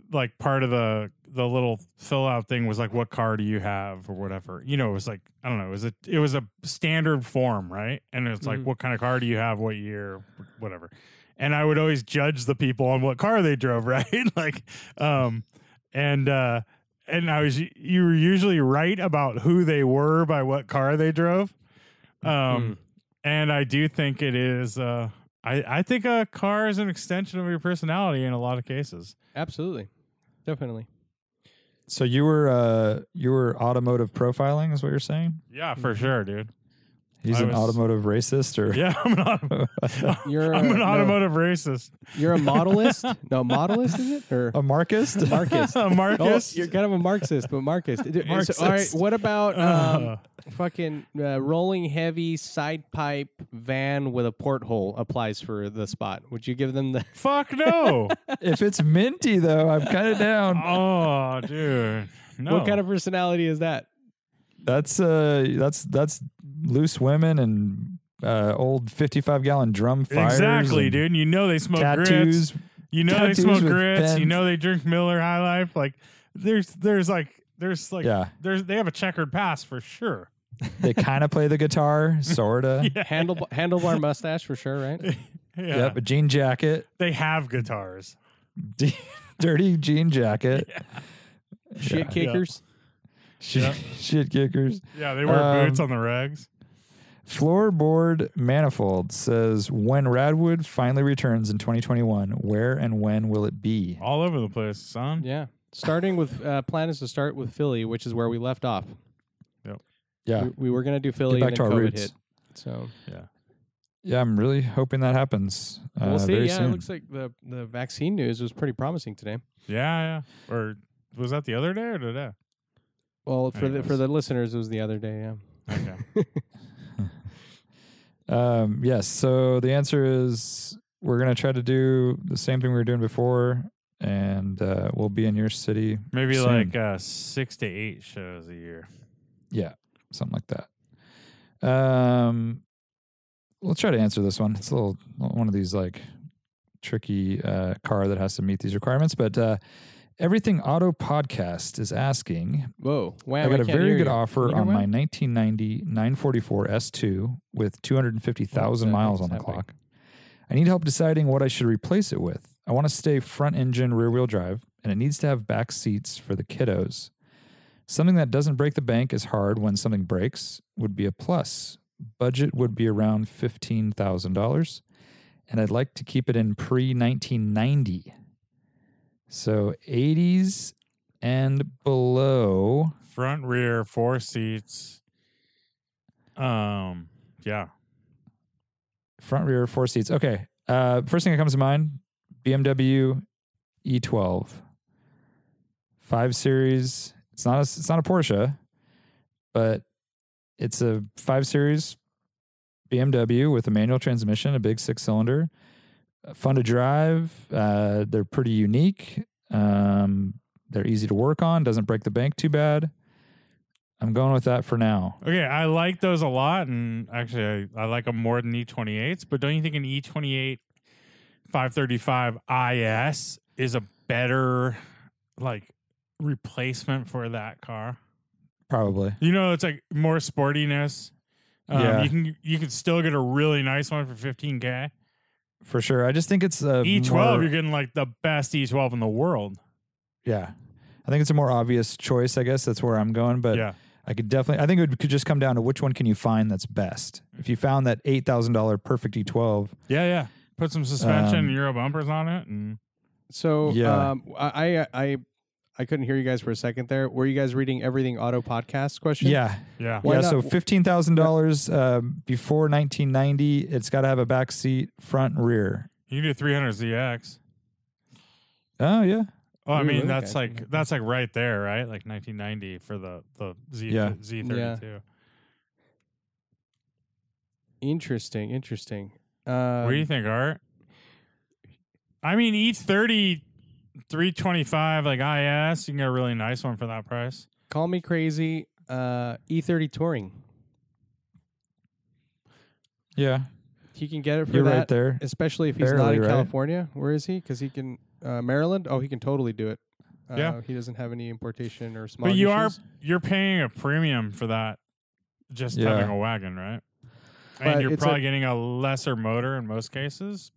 C: like part of the the little fill out thing was like, what car do you have or whatever. You know, it was like I don't know, it was a it was a standard form, right? And it's like,
D: Mhm.
C: what kind of car do you have? What year? Whatever. And I would always judge the people on what car they drove, <laughs> right? like, um, and uh, and I was you were usually right about who they were by what car they drove. Um, and I do think it is. Uh, I I think a car is an extension of your personality in a lot of cases.
D: Absolutely, definitely.
A: So you were uh you were automotive profiling is what you're saying?
C: Yeah, for
D: Mm-hmm.
C: sure, dude.
A: He's
C: I
A: an
C: was-
A: automotive racist or
C: <laughs> Yeah, I'm an, auto- <laughs>
D: You're
C: I'm
D: a-
C: an
D: no.
C: automotive
D: <laughs>
C: racist.
D: You're a modelist?
A: <laughs>
D: no, modelist is it? Or
A: a Marxist?
C: <laughs>
D: Marxist?
C: Marcus.
D: Oh, you're kind of a Marxist, but Marxist. Dude, so- all right,
A: Marxist.
D: what about
C: Uh.
D: um, fucking uh, rolling heavy side pipe van with a porthole applies for the spot? Would you give them the?
C: Fuck
D: <laughs>
C: no.
A: <laughs> if it's minty though, I'm
C: <laughs>
A: kind of down.
C: oh, dude. No.
D: What kind of personality is that?
A: That's uh that's that's loose women and uh old 55 gallon drum fires.
C: Exactly,
A: and
C: dude. And you know they smoke grits.
A: Tattoos.
C: You know they
A: tattoos
C: smoke
A: with
C: grits. You
A: pens.
C: know they drink Miller High Life. Like there's there's like there's like
A: Yeah.
C: there's they have a checkered pass for sure.
A: They kind of play the guitar, sorta.
C: <laughs> Yeah.
A: <laughs>
D: Handle handlebar mustache for sure, right?
C: Yeah.
A: Yep, a jean jacket,
C: They have guitars.
A: d- dirty
C: <laughs>
A: jean jacket,
D: Shit kickers.
C: Yep.
A: shit kickers.
C: Yeah, they wear
A: Um,
C: boots on the regs.
A: Floorboard Manifold says, when Radwood finally returns in 2021, where and when will it be?
C: All over the place, son.
D: Yeah. Starting with uh, plan is to start with Philly, which is where we left off.
A: Yeah.
D: We, we were gonna do Philly
A: back
D: and
A: to
D: then
A: our
D: COVID
A: roots.
D: hit. So
A: Yeah, I'm really hoping that happens. Uh,
D: we'll see.
A: Very
D: Yeah,
A: soon.
D: it looks like the the vaccine news was pretty promising today.
C: Yeah, yeah. Or was that the other day or today?
D: Well, for the for
C: Anyways.
D: the listeners, it was the other day. Yeah.
A: <laughs>
C: Okay.
A: um, yes. So the answer is we're going to try to do the same thing we were doing before, and uh, we'll be in your city.
C: Maybe
A: Soon.
C: like uh, six to eight shows a year.
A: Yeah, something like that. Um, we'll try to answer this one. It's a little one of these like tricky uh, car that has to meet these requirements, but uh, everything auto podcast is asking.
D: Whoa! Wow!
A: I got
D: a
A: a very good offer
D: You know
A: on
D: what?
A: my 1990 944 S2 with 250,000
D: What's that?
A: miles on the
D: What's happening?
A: clock. I need help deciding what I should replace it with. I want to stay front engine rear wheel drive, and it needs to have back seats for the kiddos. Something that doesn't break the bank as hard when something breaks would be a plus. Budget would be around fifteen thousand dollars, and I'd like to keep it in pre nineteen ninety, so eighties and below.
C: Front, rear, four seats. Um. Yeah.
A: Front, rear, four seats. Okay. Uh, first thing that comes to mind: BMW E12, E five series. It's not a it's not a Porsche, but it's a five series BMW with a manual transmission, a big six cylinder, uh, fun to drive. Uh, they're pretty unique. Um, they're easy to work on. Doesn't break the bank too bad. I'm going with that for now.
C: Okay, I like those a lot, and actually, I, I like them more than E28s. But don't you think an E E28 535 IS is a better like replacement for that car?
A: Probably.
C: You know, it's like more sportiness. Um,
A: Yeah.
C: you can you can still get a really nice one for 15k.
A: For sure. I just think it's a
C: E12,
A: Uh, more-
C: E you're getting like the best E12 in the world.
A: Yeah. I think it's a more obvious choice, I guess. That's where I'm going. But
C: yeah,
A: I could definitely, I think it would, could just come down to which one can you find that's best. If you found that $8,000 perfect E E12,
C: yeah, yeah. Put some suspension,
A: Um,
C: Euro bumpers on it, and
D: So
A: Yeah.
D: um, I, I I I couldn't hear you guys for a second there. Were you guys reading everything auto podcast question?
A: yeah.
C: yeah,
D: Why
A: yeah.
D: not-
A: So $15,000 um, before 1990, it's got to have a back seat, front, and rear.
C: you can do 300ZX.
A: Oh, yeah.
C: Oh, I
D: Ooh,
C: mean
D: okay.
C: that's like that's like right there, right? Like 1990 for the the Z
A: Yeah.
C: Z32.
D: Interesting. Interesting. Um,
C: what do you think, Art? I mean, E E30 325 like IS, you can get a really nice one for that price.
D: Call me crazy. Uh, E30 touring.
A: Yeah.
D: He can get it for
A: You're
D: that,
A: right there.
D: especially if he's not
A: Barely,
D: in
A: right?
D: California. Where is he? Because he can uh, Maryland. Oh, he can totally do it. Uh,
C: Yeah.
D: He doesn't have any importation or smog
C: But you are
D: issues.
C: you're paying a premium for that just
A: Yeah.
C: having a wagon, right?
D: But
C: and you're
D: it's a-
C: probably getting a lesser motor in most cases.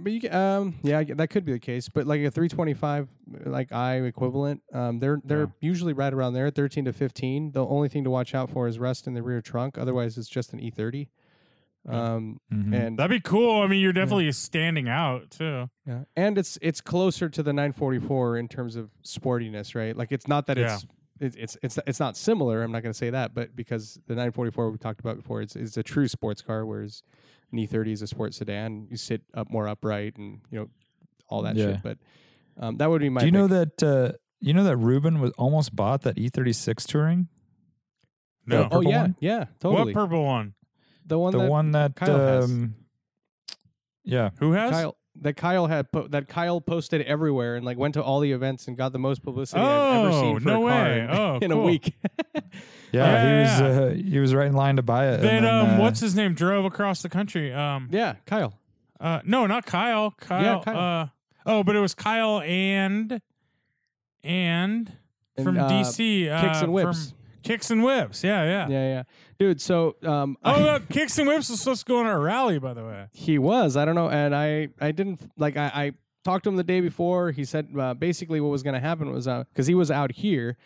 D: But you ca- um yeah I g- that could be the case, but like a 325 like I equivalent um they're they're usually right around there 13 to 15. The only thing to watch out for is rust in the rear trunk. Otherwise, it's just an E30. E Um,
A: Mhm.
D: and
C: That'd be cool. I mean, you're definitely standing out too.
D: Yeah, and it's it's closer to the 944 in terms of sportiness, right? Like it's not that
C: Yeah.
D: it's it, it's it's it's not similar. I'm not going to say that, but because the 944 we talked about before is is a true sports car, whereas an E30 is a sports sedan. You sit up more upright and you know all that
A: Yeah.
D: shit. But um, that would be my.
A: Do you know
D: pick.
A: that uh, you know that Ruben was almost bought that E36 touring?
C: No.
A: The
D: Oh
A: purple
D: yeah,
A: one?
D: yeah,
C: What
D: totally.
C: purple one?
D: the one
A: the
D: that
A: one that
D: Kyle has.
A: um, yeah,
C: Who has?
D: Kyle that Kyle had po- that Kyle posted everywhere and like went to all the events and got the most publicity I've ever
C: Oh,
D: seen for
C: no
D: a car
C: way.
D: in,
C: Oh,
D: in
C: cool.
D: a week. <laughs>
A: yeah, he
C: Yeah.
A: was uh, he was right in line to buy it.
C: That
A: and then,
C: um,
A: uh,
C: what's his name drove across the country. Um,
D: yeah, Kyle.
C: uh, no, not Kyle. Kyle.
D: Kyle.
C: Uh, oh, but it was Kyle and and
D: And,
C: from
D: uh,
C: DC. Uh,
D: Kicks and Whips.
C: From Kicks and Whips. Yeah, yeah.
D: <laughs> Yeah, yeah, dude. So, um,
C: Oh,
D: I-
C: no, Kicks and Whips was supposed to go on our rally, by the way.
D: he was. I don't know, and I, I didn't like. I, I talked to him the day before. He said uh, basically what was going to happen was because he was out here,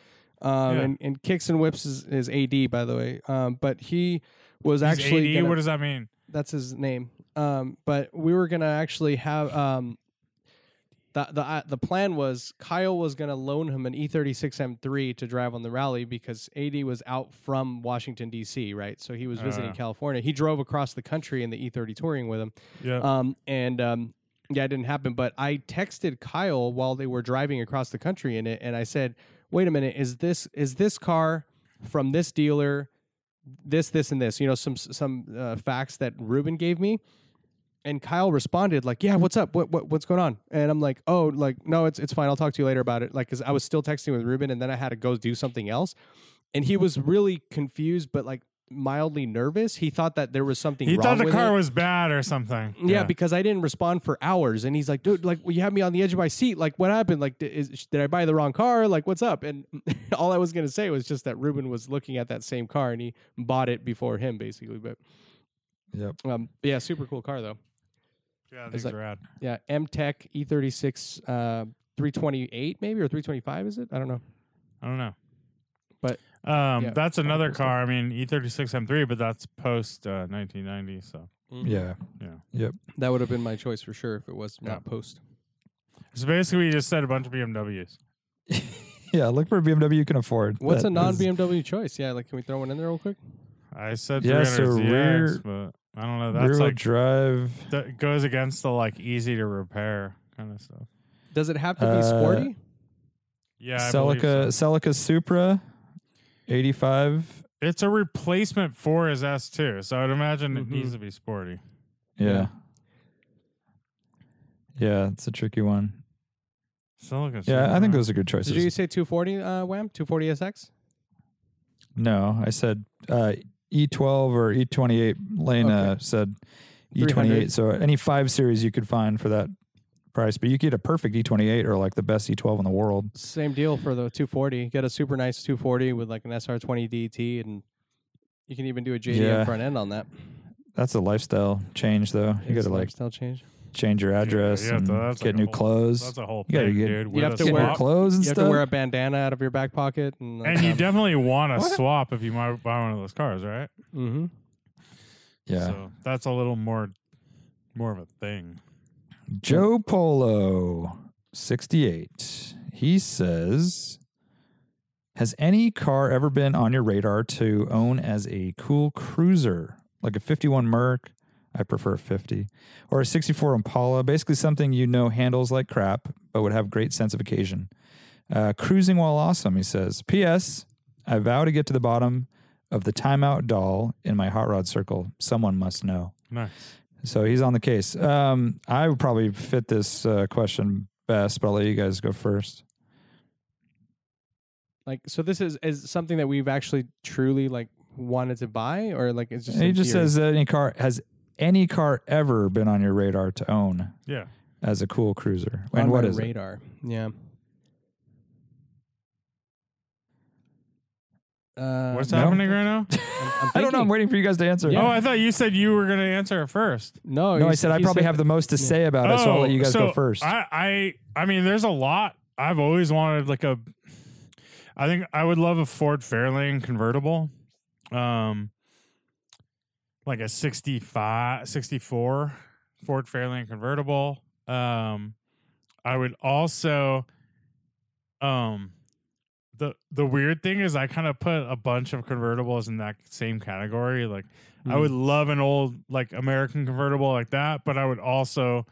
D: um,
C: Yeah.
D: and, and kicks and whips is, is AD by the way, um, but he was
C: He's
D: actually
C: 80.
D: gonna-
C: what does that mean?
D: that's his name. Um, but we were gonna actually have um, the the uh, the plan was Kyle was gonna loan him an E E36 M3 to drive on the rally because AD was out from Washington D.C. Right, so he was visiting
C: Ah.
D: California. He drove across the country in the E30 touring with him.
C: Yeah.
D: Um, and um, yeah, it didn't happen. But I texted Kyle while they were driving across the country in it, and I said, "Wait a minute, is this is this car from this dealer? This, this, and this? You know, some some uh, facts that Ruben gave me." And Kyle responded like, "Yeah, what's up? What, what what's going on?" And I'm like, "Oh, like no, it's it's fine. I'll talk to you later about it." Like, cause I was still texting with Ruben, and then I had to go do something else, and he was really confused, but like mildly nervous. He thought that there was something.
C: he
D: wrong
C: thought the
D: with
C: car
D: it.
C: was bad or something.
D: Yeah, because I didn't respond for hours, and he's like, "Dude, like, well, you had me on the edge of my seat. Like, what happened? Like, di- is, did I buy the wrong car? Like, what's up?" And <laughs> all I was gonna say was just that Ruben was looking at that same car, and he bought it before him, basically. But
A: Yep.
D: um, yeah, super cool car though.
C: yeah,
D: it's
C: these
D: like-
C: are rad.
D: Yeah, M Tech E thirty six, uh, three twenty eight maybe or three twenty five is it? I don't know.
C: I don't know.
D: But,
C: um,
D: yeah,
C: that's
D: kinda
C: another
D: cool stuff.
C: car. I mean, E E36 M3, but that's post uh, 1990. So
A: yeah.
D: That would have been my choice for sure if it was
C: Yeah.
D: not post.
C: so basically, we just said a bunch of BMWs.
A: Yeah, look for a BMW you can afford.
D: What's
A: That
D: a non
A: is-
D: BMW choice? Yeah, like, can we throw one in there real quick?
C: I said
A: Yeah,
C: 300
A: so
C: ZX,
A: rear-
C: but I don't know.
A: Rear
C: That's
A: wheel
C: like
A: drive.
C: that goes against the like easy to repair kind of stuff.
D: Does it have to be
A: Uh,
D: sporty?
C: Yeah, I believe
A: Celica
C: so.
A: Celica Supra, eighty five.
C: it's a replacement for his S2, so I'd imagine
D: Mhm.
C: it needs to be sporty.
A: Yeah. Yeah, it's a tricky one.
C: Celica.
A: Yeah, I think
C: Supra.
A: those are good choices.
D: Did you say 240 uh, Wham? 240 SX?
A: No, I said uh, E12 or E E28. Lena
D: Okay.
A: uh, said E28. So any five series you could find for that price, but you could get a perfect E28 or like the best E12 in the world.
D: Same deal for the 240. Get a super nice 240 with like an SR20 DT, and you can even do a JDM
A: Yeah.
D: front end on that.
A: That's a lifestyle change, though. You
D: It's
A: got to like
D: lifestyle change.
A: change your address
C: yeah,
A: and
C: that's
A: get
C: like a
A: new
C: whole-
A: clothes.
C: That's a whole
A: You gotta
C: thing,
A: get-
C: dude.
D: You
C: with
D: have
C: a
D: to
A: Get
D: wear-
A: new
C: swap.
A: clothes and
D: You have
A: stuff.
D: to wear a bandana out of your back pocket, and, like,
C: and you
D: um,
C: definitely want a swap if you might buy one of those cars, right?
A: Mm-hmm.
D: mhm.
A: yeah.
C: So that's a little more, more of a thing.
A: Joe Polo, 68. He says, Has any car ever been on your radar to own as a cool cruiser? Like a 51 Merc? I prefer a 50. Or a 64 Impala? Basically, something you know handles like crap, but would have great sense of occasion. Uh, cruising while awesome, he says. P.S. I vow to get to the bottom of the timeout doll in my hot rod circle. Someone must know.
C: Nice.
A: So he's on the case. Um, I would probably fit this uh, question best, but I'll let you guys go first.
D: like so. This is is something that we've actually truly like wanted to buy, or like it's just
A: he
D: in
A: just
D: theory?
A: says that any car has any car ever been on your radar to own
C: Yeah.
A: as a cool cruiser,
D: on
A: and what
D: my
A: is it?
D: radar? Yeah. Uh,
C: What's
A: no.
C: happening right
A: <laughs>
C: now?
D: I'm
A: I don't know. I'm
D: thinking.
A: waiting for you guys to answer.
C: Oh, I thought you said you were going to answer it first.
D: No,
A: no,
D: he
A: I
D: s-
A: said I
D: he
A: probably have
D: that-
A: the most to
D: yeah.
A: say about it, so I'll let you guys
C: Oh, so
A: go first.
C: I, I, I mean, there's a lot. I've always wanted like a. I think I would love a Ford Fairlane convertible. Um, like a 65 64 Ford Fairlane convertible. Um I would also um the the weird thing is I kind of put a bunch of convertibles in that same category like I would
A: Mm.
C: love an old like American convertible like that, but I would also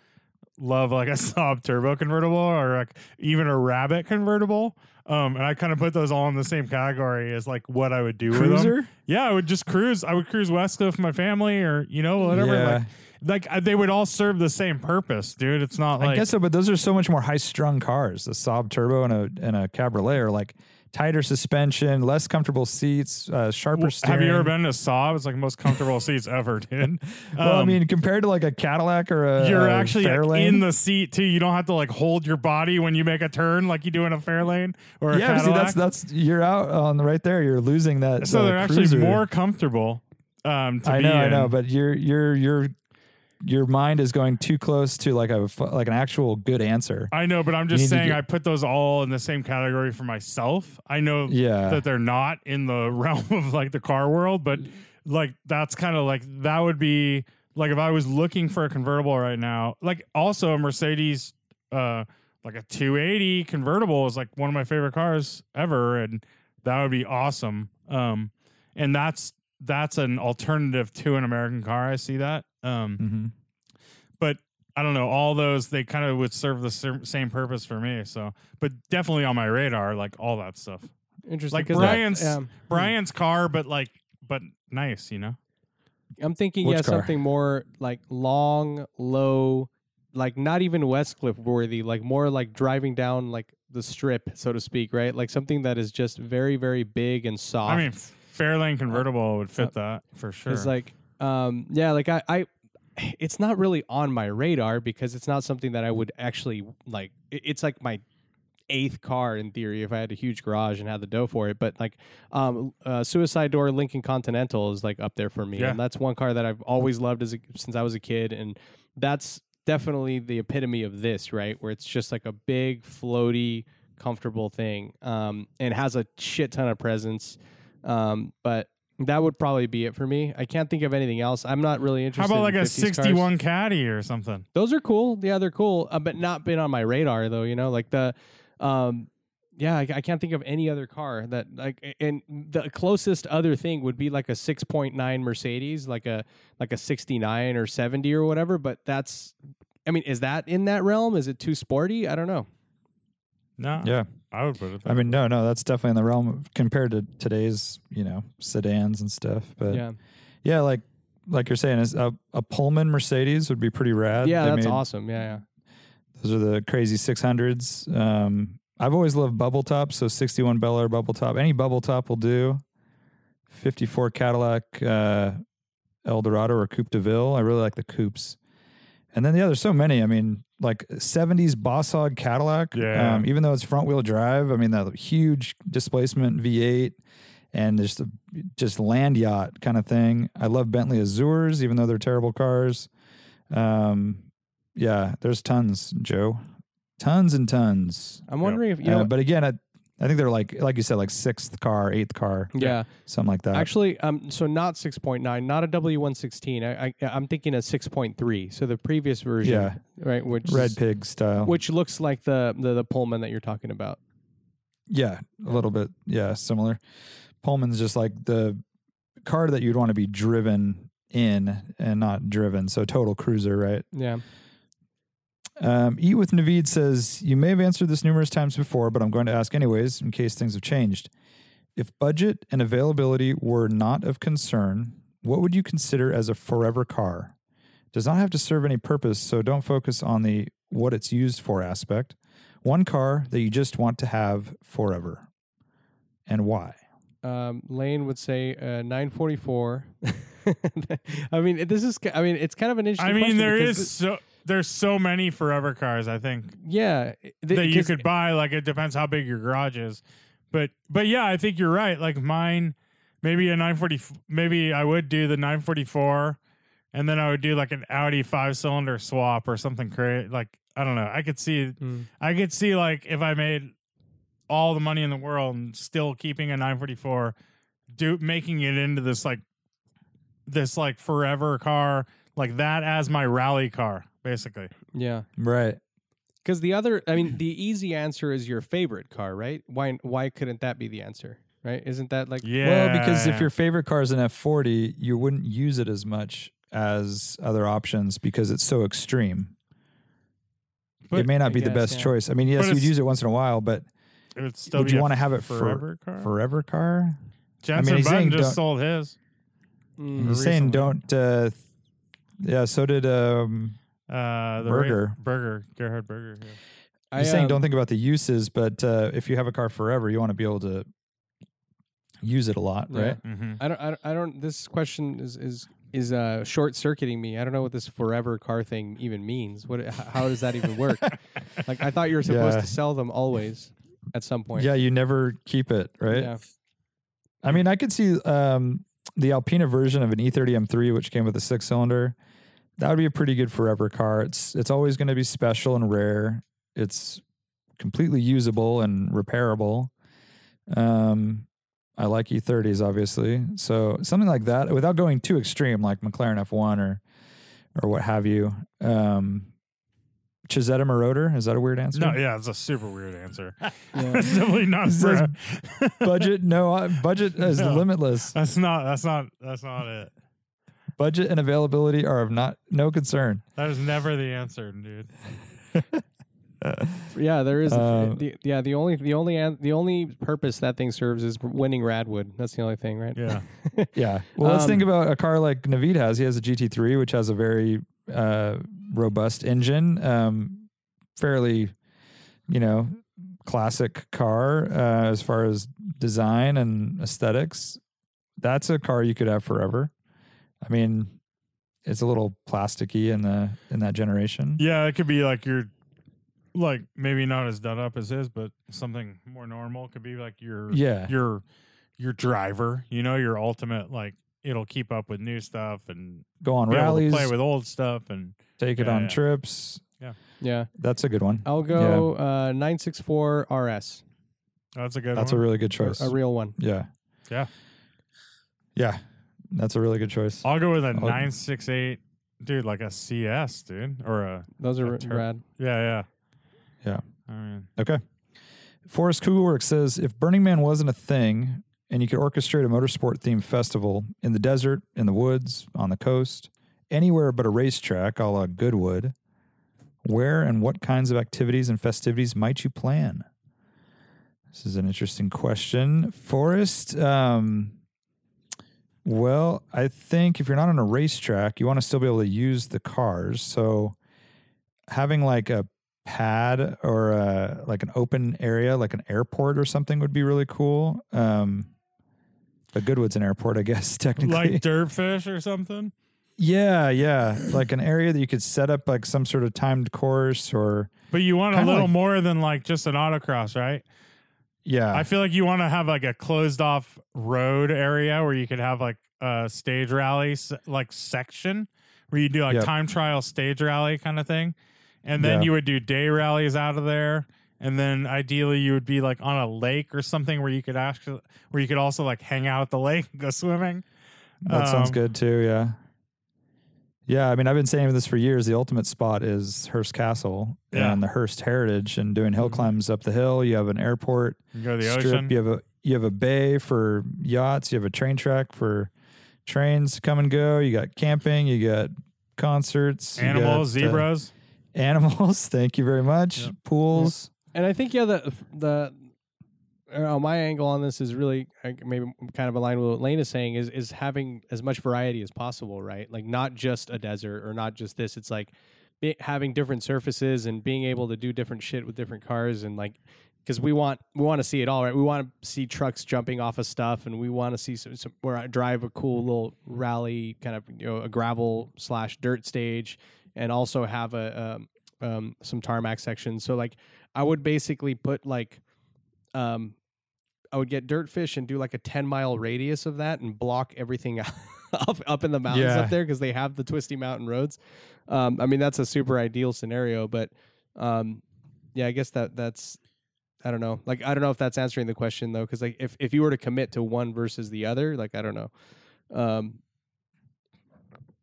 C: love like a <laughs> Saab turbo convertible or like even a Rabbit convertible. Um, and I kind of put those all in the same category as like what I would do with them.
A: Cruiser?
C: Yeah, I would just cruise. I would cruise Wesco with my family or you know whatever.
A: Yeah.
C: Like, like I- they would all serve the same purpose, dude. It's not like
A: I guess so, but those are so much more high strung cars. The Saab Turbo and a and a Cabriolet are like tighter suspension, less comfortable seats, uh, sharper steering.
C: Have you ever been to Saab? It's like the most comfortable seats ever, <laughs> dude.
A: Well, I
C: Um,
A: mean, uh, compared to like a Cadillac or a
C: you're
A: a
C: actually like,
A: Fairlane.
C: in the seat too. You don't have to like hold your body when you make a turn like you do in a fair lane or a
A: yeah. but See,
C: Cadillac.
A: that's that's you're out on the right there. You're losing that.
C: so
A: uh,
C: they're actually
A: cruiser.
C: more comfortable. Um, to
A: I
C: be
A: know, I
C: in.
A: know, but your your your your mind is going too close to like a fu- like an actual good answer.
C: I know, but I'm
A: You
C: just
A: need to
C: saying
A: get-
C: I put those all in the same category for myself. I know
A: Yeah.
C: that they're not in the <laughs> realm of like the car world, but like that's kind of like that would be like if I was looking for a convertible right now, like also a Mercedes uh like a 280 convertible is like one of my favorite cars ever and that would be awesome. Um and that's that's an alternative to an American car. I see that. Um
A: Mhm.
C: but I don't know. All those they kind of would serve the ser- same purpose for me. So, but definitely on my radar, like all that stuff,
D: Interesting.
C: like
D: 'cause that-
C: Brian's
D: yeah.
C: Brian's car, but like but nice, you know.
D: I'm thinking,
A: Which
D: yeah,
A: car?
D: something more like long, low, like not even Westcliff worthy, like more like driving down like the strip, so to speak, right? Like something that is just very, very big and soft.
C: I mean, Fairlane convertible would fit that for sure.
D: It's like, um, yeah, like I, I, it's not really on my radar because it's not something that I would actually like. it- It's like my eighth car in theory if I had a huge garage and had the dough for it. But like, um, uh, Suicide Door Lincoln Continental is like up there for me,
C: Yeah.
D: and that's one car that I've always loved as a, since I was a kid, and that's definitely the epitome of this, right? Where it's just like a big floaty comfortable thing um, and has a shit ton of presence. Um, but that would probably be it for me. I can't think of anything else. I'm not really
C: how
D: interested.
C: about like
D: in
C: a
D: 50s cars.
C: '61 Caddy or something?
D: Those are cool. Yeah, they're cool, uh, but not been on my radar though. You know, like the, um, yeah, I, I can't think of any other car that like. a- And the closest other thing would be like a 6.9 Mercedes, like a like a 69 or 70 or whatever. But that's, I mean, is that in that realm? Is it too sporty? I don't know.
C: No,
A: Yeah.
C: I would put it.
A: I mean, no, no, that's definitely in the realm of, compared to today's, you know, sedans and stuff. But yeah,
D: yeah,
A: like like you're saying, is a, a Pullman Mercedes would be pretty rad.
D: yeah,
A: They
D: that's
A: made-
D: awesome. Yeah, yeah.
A: Those are the crazy 600s. Um, I've always loved bubble top, so 61 Bel Air bubble top. Any bubble top will do. 54 Cadillac uh, Eldorado or Coupe de Ville. I really like the coupes. And then the other, so many. I mean, like 70s Boss Hog Cadillac.
C: Yeah.
A: Um, even though it's front wheel drive, I mean, that huge displacement V8 and just a, just land yacht kind of thing. I love Bentley Azures, even though they're terrible cars. Um, yeah, there's tons, Joe. Tons and tons.
D: I'm wondering if you know.
A: Uh, but again, I, I think they're like, like you said, like sixth car, eighth car,
D: yeah.
A: something like that.
D: Actually, um, so not six point nine, not a W one sixteen. I, I, I'm thinking a six point three. So the previous version,
A: Yeah.
D: right? Which
A: Red pig style.
D: which looks like the, the the Pullman that you're talking about.
A: Yeah, a little bit. Yeah, similar. Pullman's just like the car that you'd want to be driven in and not driven. So total cruiser, right?
D: Yeah,
A: Um, Eat with Naveed says, You may have answered this numerous times before, but I'm going to ask anyways in case things have changed. If budget and availability were not of concern, what would you consider as a forever car? Does not have to serve any purpose, so don't focus on the what it's used for aspect. One car that you just want to have forever. And why?
D: um, Lane would say uh, nine forty four. <laughs> I mean, this is. I mean, it's kind of an interesting.
C: I mean,
D: question
C: there
D: because
C: is so there's so many forever cars. I think
D: the- yeah, th-
C: that you
D: because- <clears throat>
C: could buy. Like it depends how big your garage is, but but yeah, I think you're right. Like mine, maybe a 940. Maybe I would do the 944, and then I would do like an Audi five cylinder swap or something crazy. Like I don't know. I could see
A: Hmm.
D: Mm.
C: I could see like if I made all the money in the world and still keeping a 944, do making it into this like this like forever car, like that as my rally car, basically.
D: Yeah.
A: Right.
D: Because the other, I mean, the easy answer is your favorite car, right? Why? Why couldn't that be the answer? Right? Isn't that like?
C: Yeah.
A: Well, because if your favorite car is an F40, you wouldn't use it as much as other options because it's so extreme.
C: But-
A: it may not
D: I
A: be the
D: guess,
A: best
D: yeah.
A: choice. I mean, yes, you'd
C: it's-
A: use it once in a while, but
C: it would still
A: would
C: be
A: you
C: a
A: wanna have it for-
C: forever car?
A: forever car.
C: Jensen
A: he's
C: Button
A: saying
C: just
A: don't-
C: sold his.
D: Mm.
A: He's saying
C: Recently.
A: don't. Uh, th- yeah, so did. Um,
C: Uh, the
A: Burger.
C: Ra- Burger. Gerhard Burger. Yeah.
D: I,
A: he's saying
D: um,
A: don't think about the uses, but uh, if you have a car forever, you want to be able to use it a lot,
D: Yeah.
A: right?
C: Mm-hmm.
D: I don't, I don't. I don't. This question is is is uh, short circuiting me. I don't know what this forever car thing even means. What? h- How does that even
A: <laughs>
D: work? like I thought you were supposed
A: Yeah.
D: to sell them always at some point.
A: Yeah, you never keep it, right?
D: Yeah.
A: I mean, I could see um, the Alpina version of an E E30 M3, which came with a six cylinder. That would be a pretty good forever car. It's it's always going to be special and rare. It's completely usable and repairable. Um, I like E30s, obviously. So something like that, without going too extreme, like McLaren F1 or or what have you. Um, Chisetta Marauder is that a weird answer?
C: No, yeah, it's a super weird
A: <laughs>
C: answer. <laughs>
D: Yeah.
C: That's definitely not.
A: It says-
C: for a-
A: budget. No, I-
C: <laughs>
A: budget is
C: No. <laughs>
A: limitless.
C: That's not. That's not. That's not it.
A: Budget and availability are of not no concern.
C: That is never the answer,
A: <laughs>
C: dude.
D: Yeah, there is.
A: Um,
D: the, yeah, the only the only an- the only purpose that thing serves is winning Radwood. That's the only thing,
A: <laughs>
D: right?
C: Yeah.
A: Yeah. Well, let's
D: Um,
A: think about a car like Navid has. He has a GT3, which has a very uh, robust engine, um, fairly, you know, classic car uh, as far as design and aesthetics. That's a car you could have forever. I mean, it's a little plasticky in the in that generation.
C: Yeah, it could be like your, like maybe not as done up as his, but something more normal could be like your
A: Yeah.
C: your your driver. You know, your ultimate like it'll keep up with new stuff and
A: Go on
C: be able to
A: rallies,
C: play with old stuff and
A: take it
C: Yeah,
A: on
C: yeah.
A: trips.
D: Yeah.
A: That's a good one.
D: I'll go uh, nine six four RS,
C: that's a good.
A: That's a
C: one.
A: really good choice.
D: a real one.
A: Yeah.
C: Yeah.
A: Yeah. That's a really good choice.
C: I'll go with a
A: I'll-
C: nine six eight, dude, like a CS, dude, or a
D: Those are
C: A
D: r-
C: tur-
D: rad.
C: yeah, yeah,
A: Yeah.
C: I
A: <laughs>
C: mean,
A: Okay. Forrest Kugelworks says if Burning Man wasn't a thing and you could orchestrate a motorsport themed festival in the desert, in the woods, on the coast, anywhere but a racetrack a la Goodwood, where and what kinds of activities and festivities might you plan? This is an interesting question. Forrest, um, well, I think if you're not on a racetrack, you want to still be able to use the cars. So having like a pad or a, like an open area, like an airport or something, would be really cool. Um, but Goodwood's an airport, I guess, <laughs> technically.
C: like Dirtfish or something.
A: yeah, yeah. Like an area that you could set up like some sort of timed course or,
C: But you want a
A: Kinda
C: little
A: like-
C: more than like just an autocross, right?
A: yeah.
C: I feel like you want to have like a closed off road area where you could have like a stage rally s- like section where you do like
A: Yep.
C: time trial stage rally kind of thing. And then
A: Yeah.
C: you would do day rallies out of there. And then ideally you would be like on a lake or something where you could actually where you could also like hang out at the <laughs> lake and go swimming.
A: That sounds
C: Um,
A: good too. Yeah. Yeah. I mean, I've been saying this for years. The ultimate spot is Hearst Castle
C: Yeah.
A: and the Hearst Heritage and doing hill
D: Mhm.
A: climbs up the hill. You have an airport
C: You go to the
A: strip.
C: ocean.
A: You have a, you have a bay for yachts. You have a train track for trains to come and go. You got camping. You got concerts. you
C: Animals,
A: got, uh,
C: zebras.
A: <laughs> animals. Thank you very much.
C: Yep.
A: Pools.
D: And I think yeah, the the uh, my angle on this is really uh, maybe kind of aligned with what Lane is saying is is having as much variety as possible, right? Like not just a desert or not just this. It's like be, having different surfaces and being able to do different shit with different cars and like because we want we want to see it all, right? We want to see trucks jumping off of stuff, and we want to see some, some where I drive a cool little rally kind of you know a gravel slash dirt stage, and also have a um, um, some tarmac sections. So like I would basically put like um I would get dirt fish and do like a 10 mile radius of that and block everything <laughs> up up in the mountains
A: Yeah.
D: up there because they have the twisty mountain roads. Um I mean that's a super ideal scenario but um yeah I guess that that's I don't know. Like I don't know if that's answering the question though cuz like if if you were to commit to one versus the other like I don't know. Um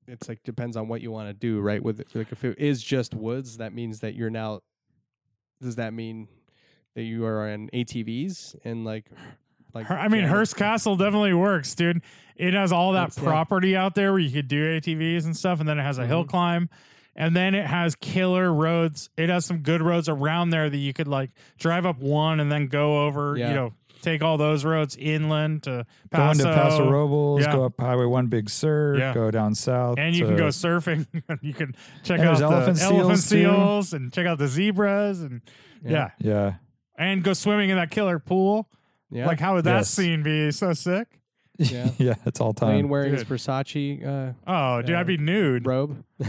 D: it's like depends on what you want to do, right? With it. like if it is just woods, that means that you're now. Does that mean that you are on ATVs and like, like
C: Her- I mean,
D: jamming-
C: Hearst Castle definitely works, dude. It has all that
D: That's- yeah.
C: property out there where you could do ATVs and stuff, and then it has a hill
A: Mm-hmm.
D: Mhm.
C: climb, and then it has killer roads. It has some good roads around there that you could like drive up one and then go over.
D: Yeah.
C: You know, take all those roads inland to
A: Go
C: Paso,
A: into Paso Robles,
C: Yeah.
A: go up Highway One Big Sur,
C: Yeah.
A: go down south,
C: and you can
A: to-
C: go surfing. <laughs> you can check
A: And
C: out
A: there's
C: the elephant
A: elephant
C: seals,
A: seals,
C: and check out the zebras, and yeah.
A: Yeah, <laughs>
C: and go swimming in that killer pool.
D: yeah,
C: Like, how would that
A: Yes.
C: scene be? So sick.
D: Yeah.
A: yeah, it's all time.
D: Lane wearing his
C: Dude.
D: Versace uh,
C: Oh, dude,
D: Yeah.
C: I'd be nude.
D: robe. <laughs>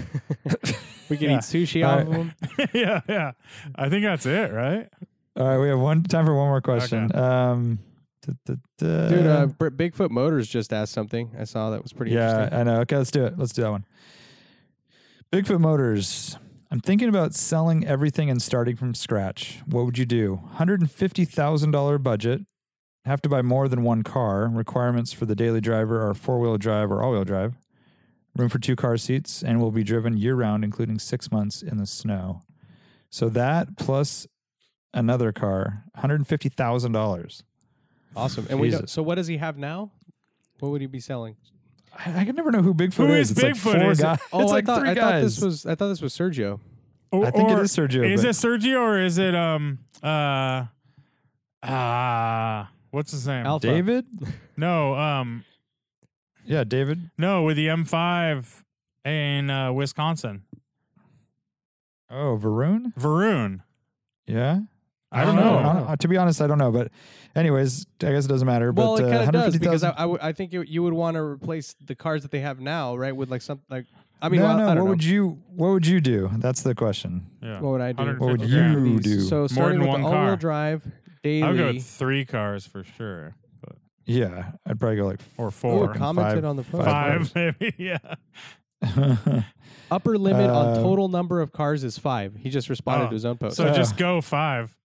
D: we could
C: Yeah.
D: eat sushi
A: All right.
D: off of him.
C: <laughs> yeah, yeah. I think that's it, right?
A: All right, we have one time for one more question. Um, duh, duh, duh.
D: Dude, uh, B- Bigfoot Motors just asked something. I saw that was pretty
A: yeah,
D: interesting.
A: I know. Okay, let's do it. Let's do that one. Bigfoot Motors. I'm thinking about selling everything and starting from scratch. What would you do? $150,000 budget. Have to buy more than one car. Requirements for the daily driver are four wheel drive or all wheel drive. Room for two car seats and will be driven year round, including six months in the snow. So that plus another car, $150,000.
D: Awesome. And we don't,
A: Jesus.
D: so what does he have now? What would he be selling?
A: I, I can never know who Bigfoot
C: Who is
A: is. It's like
C: Bigfoot?
A: four
C: Is it-
A: guys.
D: Oh,
A: it's
D: I
A: like
D: thought
A: three
D: I
A: guys.
D: thought this was I thought this was Sergio.
C: Or,
A: I think it
C: or-
A: is Sergio.
C: Is
A: but-
C: it Sergio or is it um uh ah what's his name?
D: Alpha.
A: David?
C: No, um
A: Yeah, David.
C: no with the M5 in uh, Wisconsin.
A: Oh, Varun?
C: Varun.
A: Yeah.
C: I don't know.
A: I don't- Uh, to be honest, I don't know. But, anyways, I guess it doesn't matter.
D: Well,
A: but
D: it
A: uh,
D: kind of does because I
A: 150,000.
D: I would- I think you, you would want to replace the cars that they have now, right? With like something like I mean,
A: no,
D: well,
A: no.
D: I don't
A: what
D: know.
A: would you? What would you do? That's the question.
C: Yeah.
D: what would I do?
C: What
A: would
C: 150 grand.
A: you
D: These-
A: do?
D: So starting
C: than
D: with
C: one
D: the all-wheel
C: car.
D: drive
C: I would go
D: daily.
C: with three cars for sure.
A: Yeah, I'd probably go like. <laughs>
C: Or
D: Ooh,
C: four.
A: com- five-
D: commented on the post.
C: Five,
A: <laughs>
C: maybe. Yeah.
D: Upper limit on
A: Uh,
D: total number of cars is five. He just responded
C: Oh,
D: to his own post.
C: So just go five.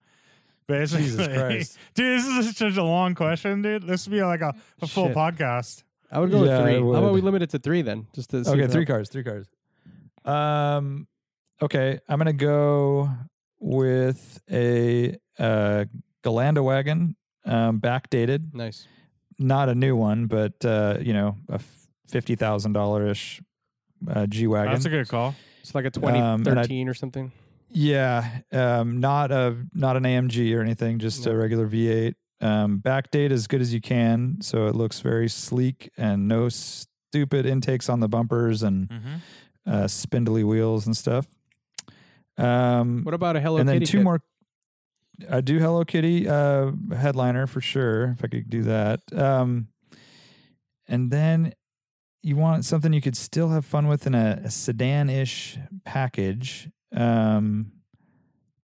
C: Basically.
D: <laughs>
A: Jesus Christ.
C: <laughs> Dude, this is such a long question, dude. This would be like a, a full
D: Shit.
C: podcast.
D: I would go
A: Yeah, I
D: with three. How
A: would.
D: about we limit it to three then? Just to see
A: okay,
D: if
A: three
D: that-
A: cars. Three cars. Um. Okay, I'm gonna go with a uh Galanda wagon, um, backdated,
D: Nice.
A: not a new one, but uh, you know, a fifty thousand dollar ish uh, G wagon.
C: That's a good call.
D: It's like a
A: Um, and I-
D: 2013 or something.
A: Yeah, um, not a not an AMG or anything, just a
D: No.
A: regular V8. Um, backdate as good as you can, so it looks very sleek and no stupid intakes on the bumpers and
C: Mm-hmm.
A: uh, spindly wheels and stuff. Um,
D: What about a Hello
A: and then
D: Kitty
A: two
D: kit?
A: more. I do Hello Kitty uh, headliner for sure if I could do that. Um, and then you want something you could still have fun with in a, a sedan ish package. Um,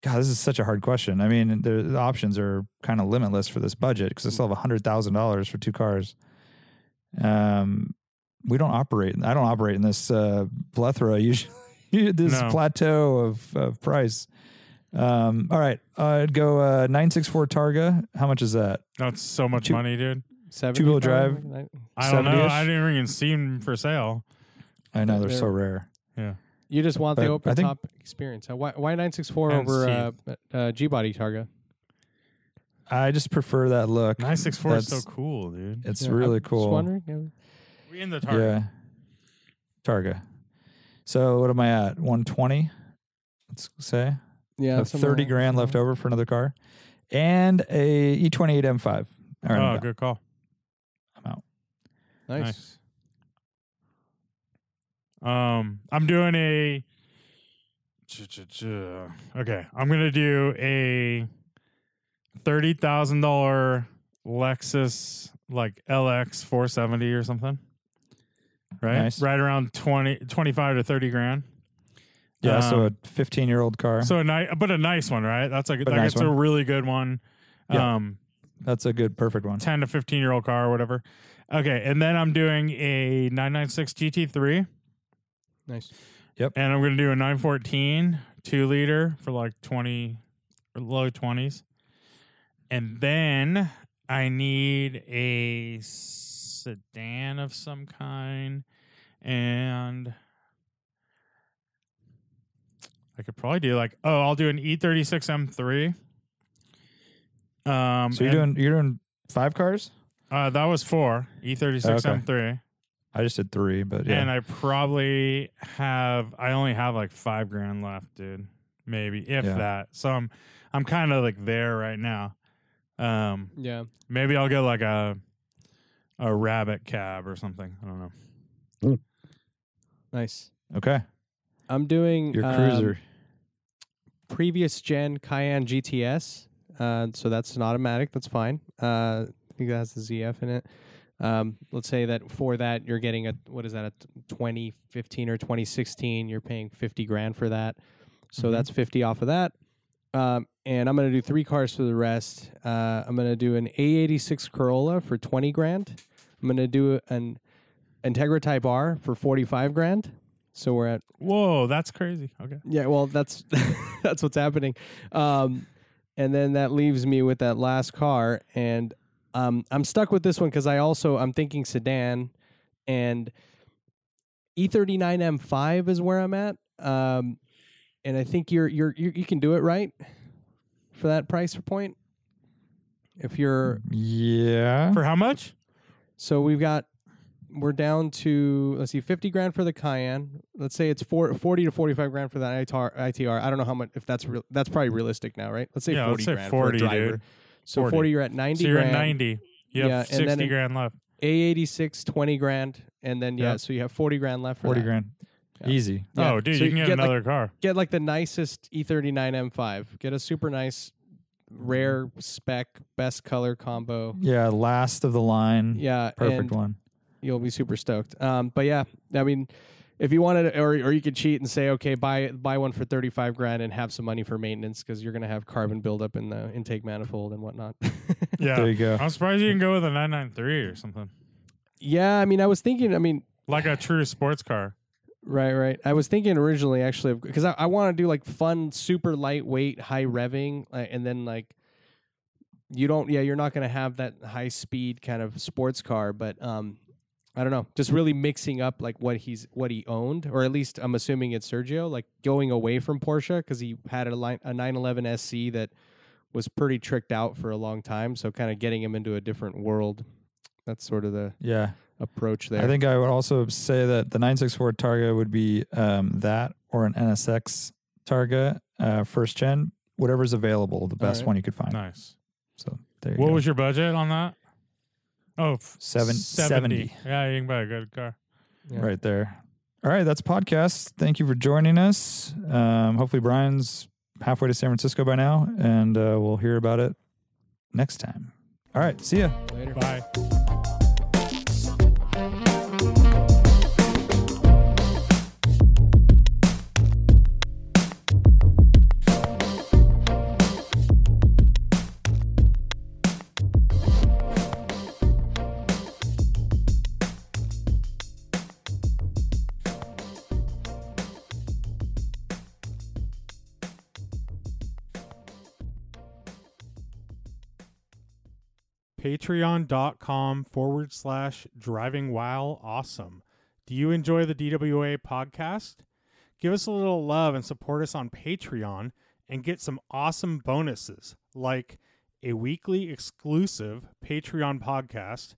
A: God, this is such a hard question. I mean, the, the options are kind of limitless for this budget because I still have hundred thousand dollars for two cars. Um, we don't operate. I don't operate in this uh, plethora <laughs> usually. this
C: No.
A: plateau of, of price. Um, all right, I'd go uh, nine six four Targa. How much is that?
C: That's so much
A: Two-
C: money, dude.
A: two-wheel
D: 75?
A: drive.
D: Like-
C: I don't know.
A: 70-ish?
C: I didn't even see them for sale.
A: I know they're,
D: They're-
A: so rare.
D: You just want the
A: But Uh, I
D: open
A: think-
D: top experience. Uh, Why, why 964
C: And
D: over uh,
C: seat.
D: uh, G body Targa?
A: I just prefer that look.
C: 964 is so
A: That's-
C: cool, dude.
A: It's
D: Yeah, I'm
A: really
D: just
A: cool.
D: wondering, yeah.
C: We in the target.
A: Yeah, Targa. So what am I at? One twenty. Let's say
D: Yeah,
A: Have
D: somewhere
A: thirty
D: around-
A: grand left over for another car, and a E twenty eight M five. All right,
C: oh, good call.
D: Nice.
C: Nice. Um, I'm doing a. Okay, I'm gonna do a thirty thousand dollar Lexus like LX 470 or something. Right,
A: Nice.
C: right around 20, 25 to thirty grand.
A: yeah. so
C: Um,
A: a fifteen year old car.
C: so a nice, but a nice one, right? That's like, like
A: But a nice
C: it's a
A: one.
C: really good one.
A: Yeah.
C: Um,
A: that's a good, perfect one.
C: 10 to 15 year old car or whatever. Okay. And then I'm doing a 996 GT3
D: Nice.
C: and I'm going to do a 914 two liter for like 20 or low 20s. And then I need a sedan of some kind. And I could probably do like, oh, I'll do an E36 M3. Um,
A: So you're
C: and,
A: doing you're doing five cars?
C: uh, that was four E E36
A: Okay.
C: M3,
A: I just did three, but yeah.
C: and I probably have I only have like five grand left, dude. Maybe if
A: Yeah.
C: that. So I'm I'm kind of like there right now. Um,
D: Yeah.
C: maybe I'll get like a a rabbit cab or something. I don't know.
D: Nice.
A: okay.
D: I'm doing
A: Your
D: um,
A: cruiser.
D: previous gen Cayenne GTS. Uh, so that's an automatic. That's fine. Uh, I think that has the ZF in it. Um, let's say that for that you're getting a what is that a 2015 or 2016? You're paying 50 grand for that. So
A: Mm-hmm.
D: that's 50 off of that. Um, and I'm gonna do three cars for the rest. Uh, I'm gonna do an A86 Corolla for 20 grand. I'm gonna do an Integra Type R for 45 grand. So we're at
C: Whoa, that's crazy. Okay.
D: yeah, well, that's <laughs> that's what's happening. Um, and then that leaves me with that last car, and um, I'm stuck with this one because I also I'm thinking sedan, and E E39 M5 is where I'm at. Um, and I think you're you're you you can do it right for that price point. If you're
A: yeah.
C: For how much?
D: so we've got we're down to let's see, fifty grand for the Cayenne. Let's say it's four, 40 to forty five grand for that ITR. ITR. I don't know how much if that's real. That's probably realistic now, right? Let's say
C: Yeah,
D: forty
C: let's say
D: grand
C: 40,
D: for a driver.
C: dude.
D: So
C: 40.
D: forty, you're at ninety.
C: So you're
D: grand,
C: at 90. You
D: Yeah,
C: have
D: and then
C: 60
D: it-
C: grand left.
D: A eighty six, twenty grand, and then yeah,
C: Yeah.
D: so you have forty grand left. For
A: Forty
D: that.
A: grand.
D: Yeah.
A: Easy.
D: Yeah.
C: Oh, dude,
D: So
C: you can get,
D: like-
C: another
D: <laughs>
C: car.
D: get like the nicest E E39 M5. Get a super nice, rare spec, best color combo.
C: Mm-hmm.
A: Yeah, last of the line.
D: Yeah,
A: Perfect
D: and-
A: one.
D: you'll be super stoked. Um, but yeah, I mean, if you wanted, or or you could cheat and say, okay, buy buy one for thirty five grand and have some money for maintenance because you're gonna have carbon buildup in the intake manifold and whatnot. <laughs>
C: Yeah. Um,
A: There you go.
C: I'm surprised you can go with a 993 or something.
D: yeah, I mean, I was thinking, I mean,
C: Like a true sports car.
D: right, right. I was thinking originally actually because I, I want to do like fun, super lightweight, high revving, uh, and then like. You don't, yeah, you're not going to have that high speed kind of sports car, but um, I don't know, just really mixing up like what he's what he owned, or at least I'm assuming it's Sergio, like going away from Porsche because he had a line a 911 SC that was pretty tricked out for a long time. So kind of getting him into a different world. That's sort of the
A: Yeah.
D: approach there.
A: I think I would also say that the 964 Targa would be um, that or an NSX Targa uh, first gen, whatever's available, the best
D: right.
A: one you could find.
C: Nice.
A: So there you
C: What
A: go.
C: was your budget on that? Oh, f-
A: Seven- 70.
C: Yeah, you can buy a good car.
D: Yeah.
A: right there? All right, that's podcast. Thank you for joining us. Um, hopefully, Brian's halfway to San Francisco by now, and uh, we'll hear about it next time. All right, see ya.
D: Later.
C: Bye. patreon.com forward slash driving while awesome. Do you enjoy the DWA podcast? Give us a little love and support us on Patreon and get some awesome bonuses like a weekly exclusive Patreon podcast,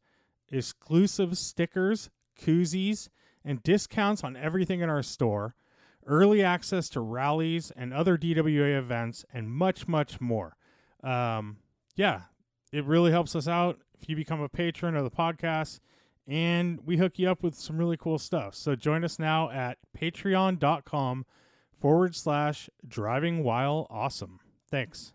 C: exclusive stickers, koozies, and discounts on everything in our store, early access to rallies and other DWA events, and much, much more. Um, yeah, it really helps us out if you become a patron of the podcast and we hook you up with some really cool stuff so join us now at patreon.com forward slash driving while awesome thanks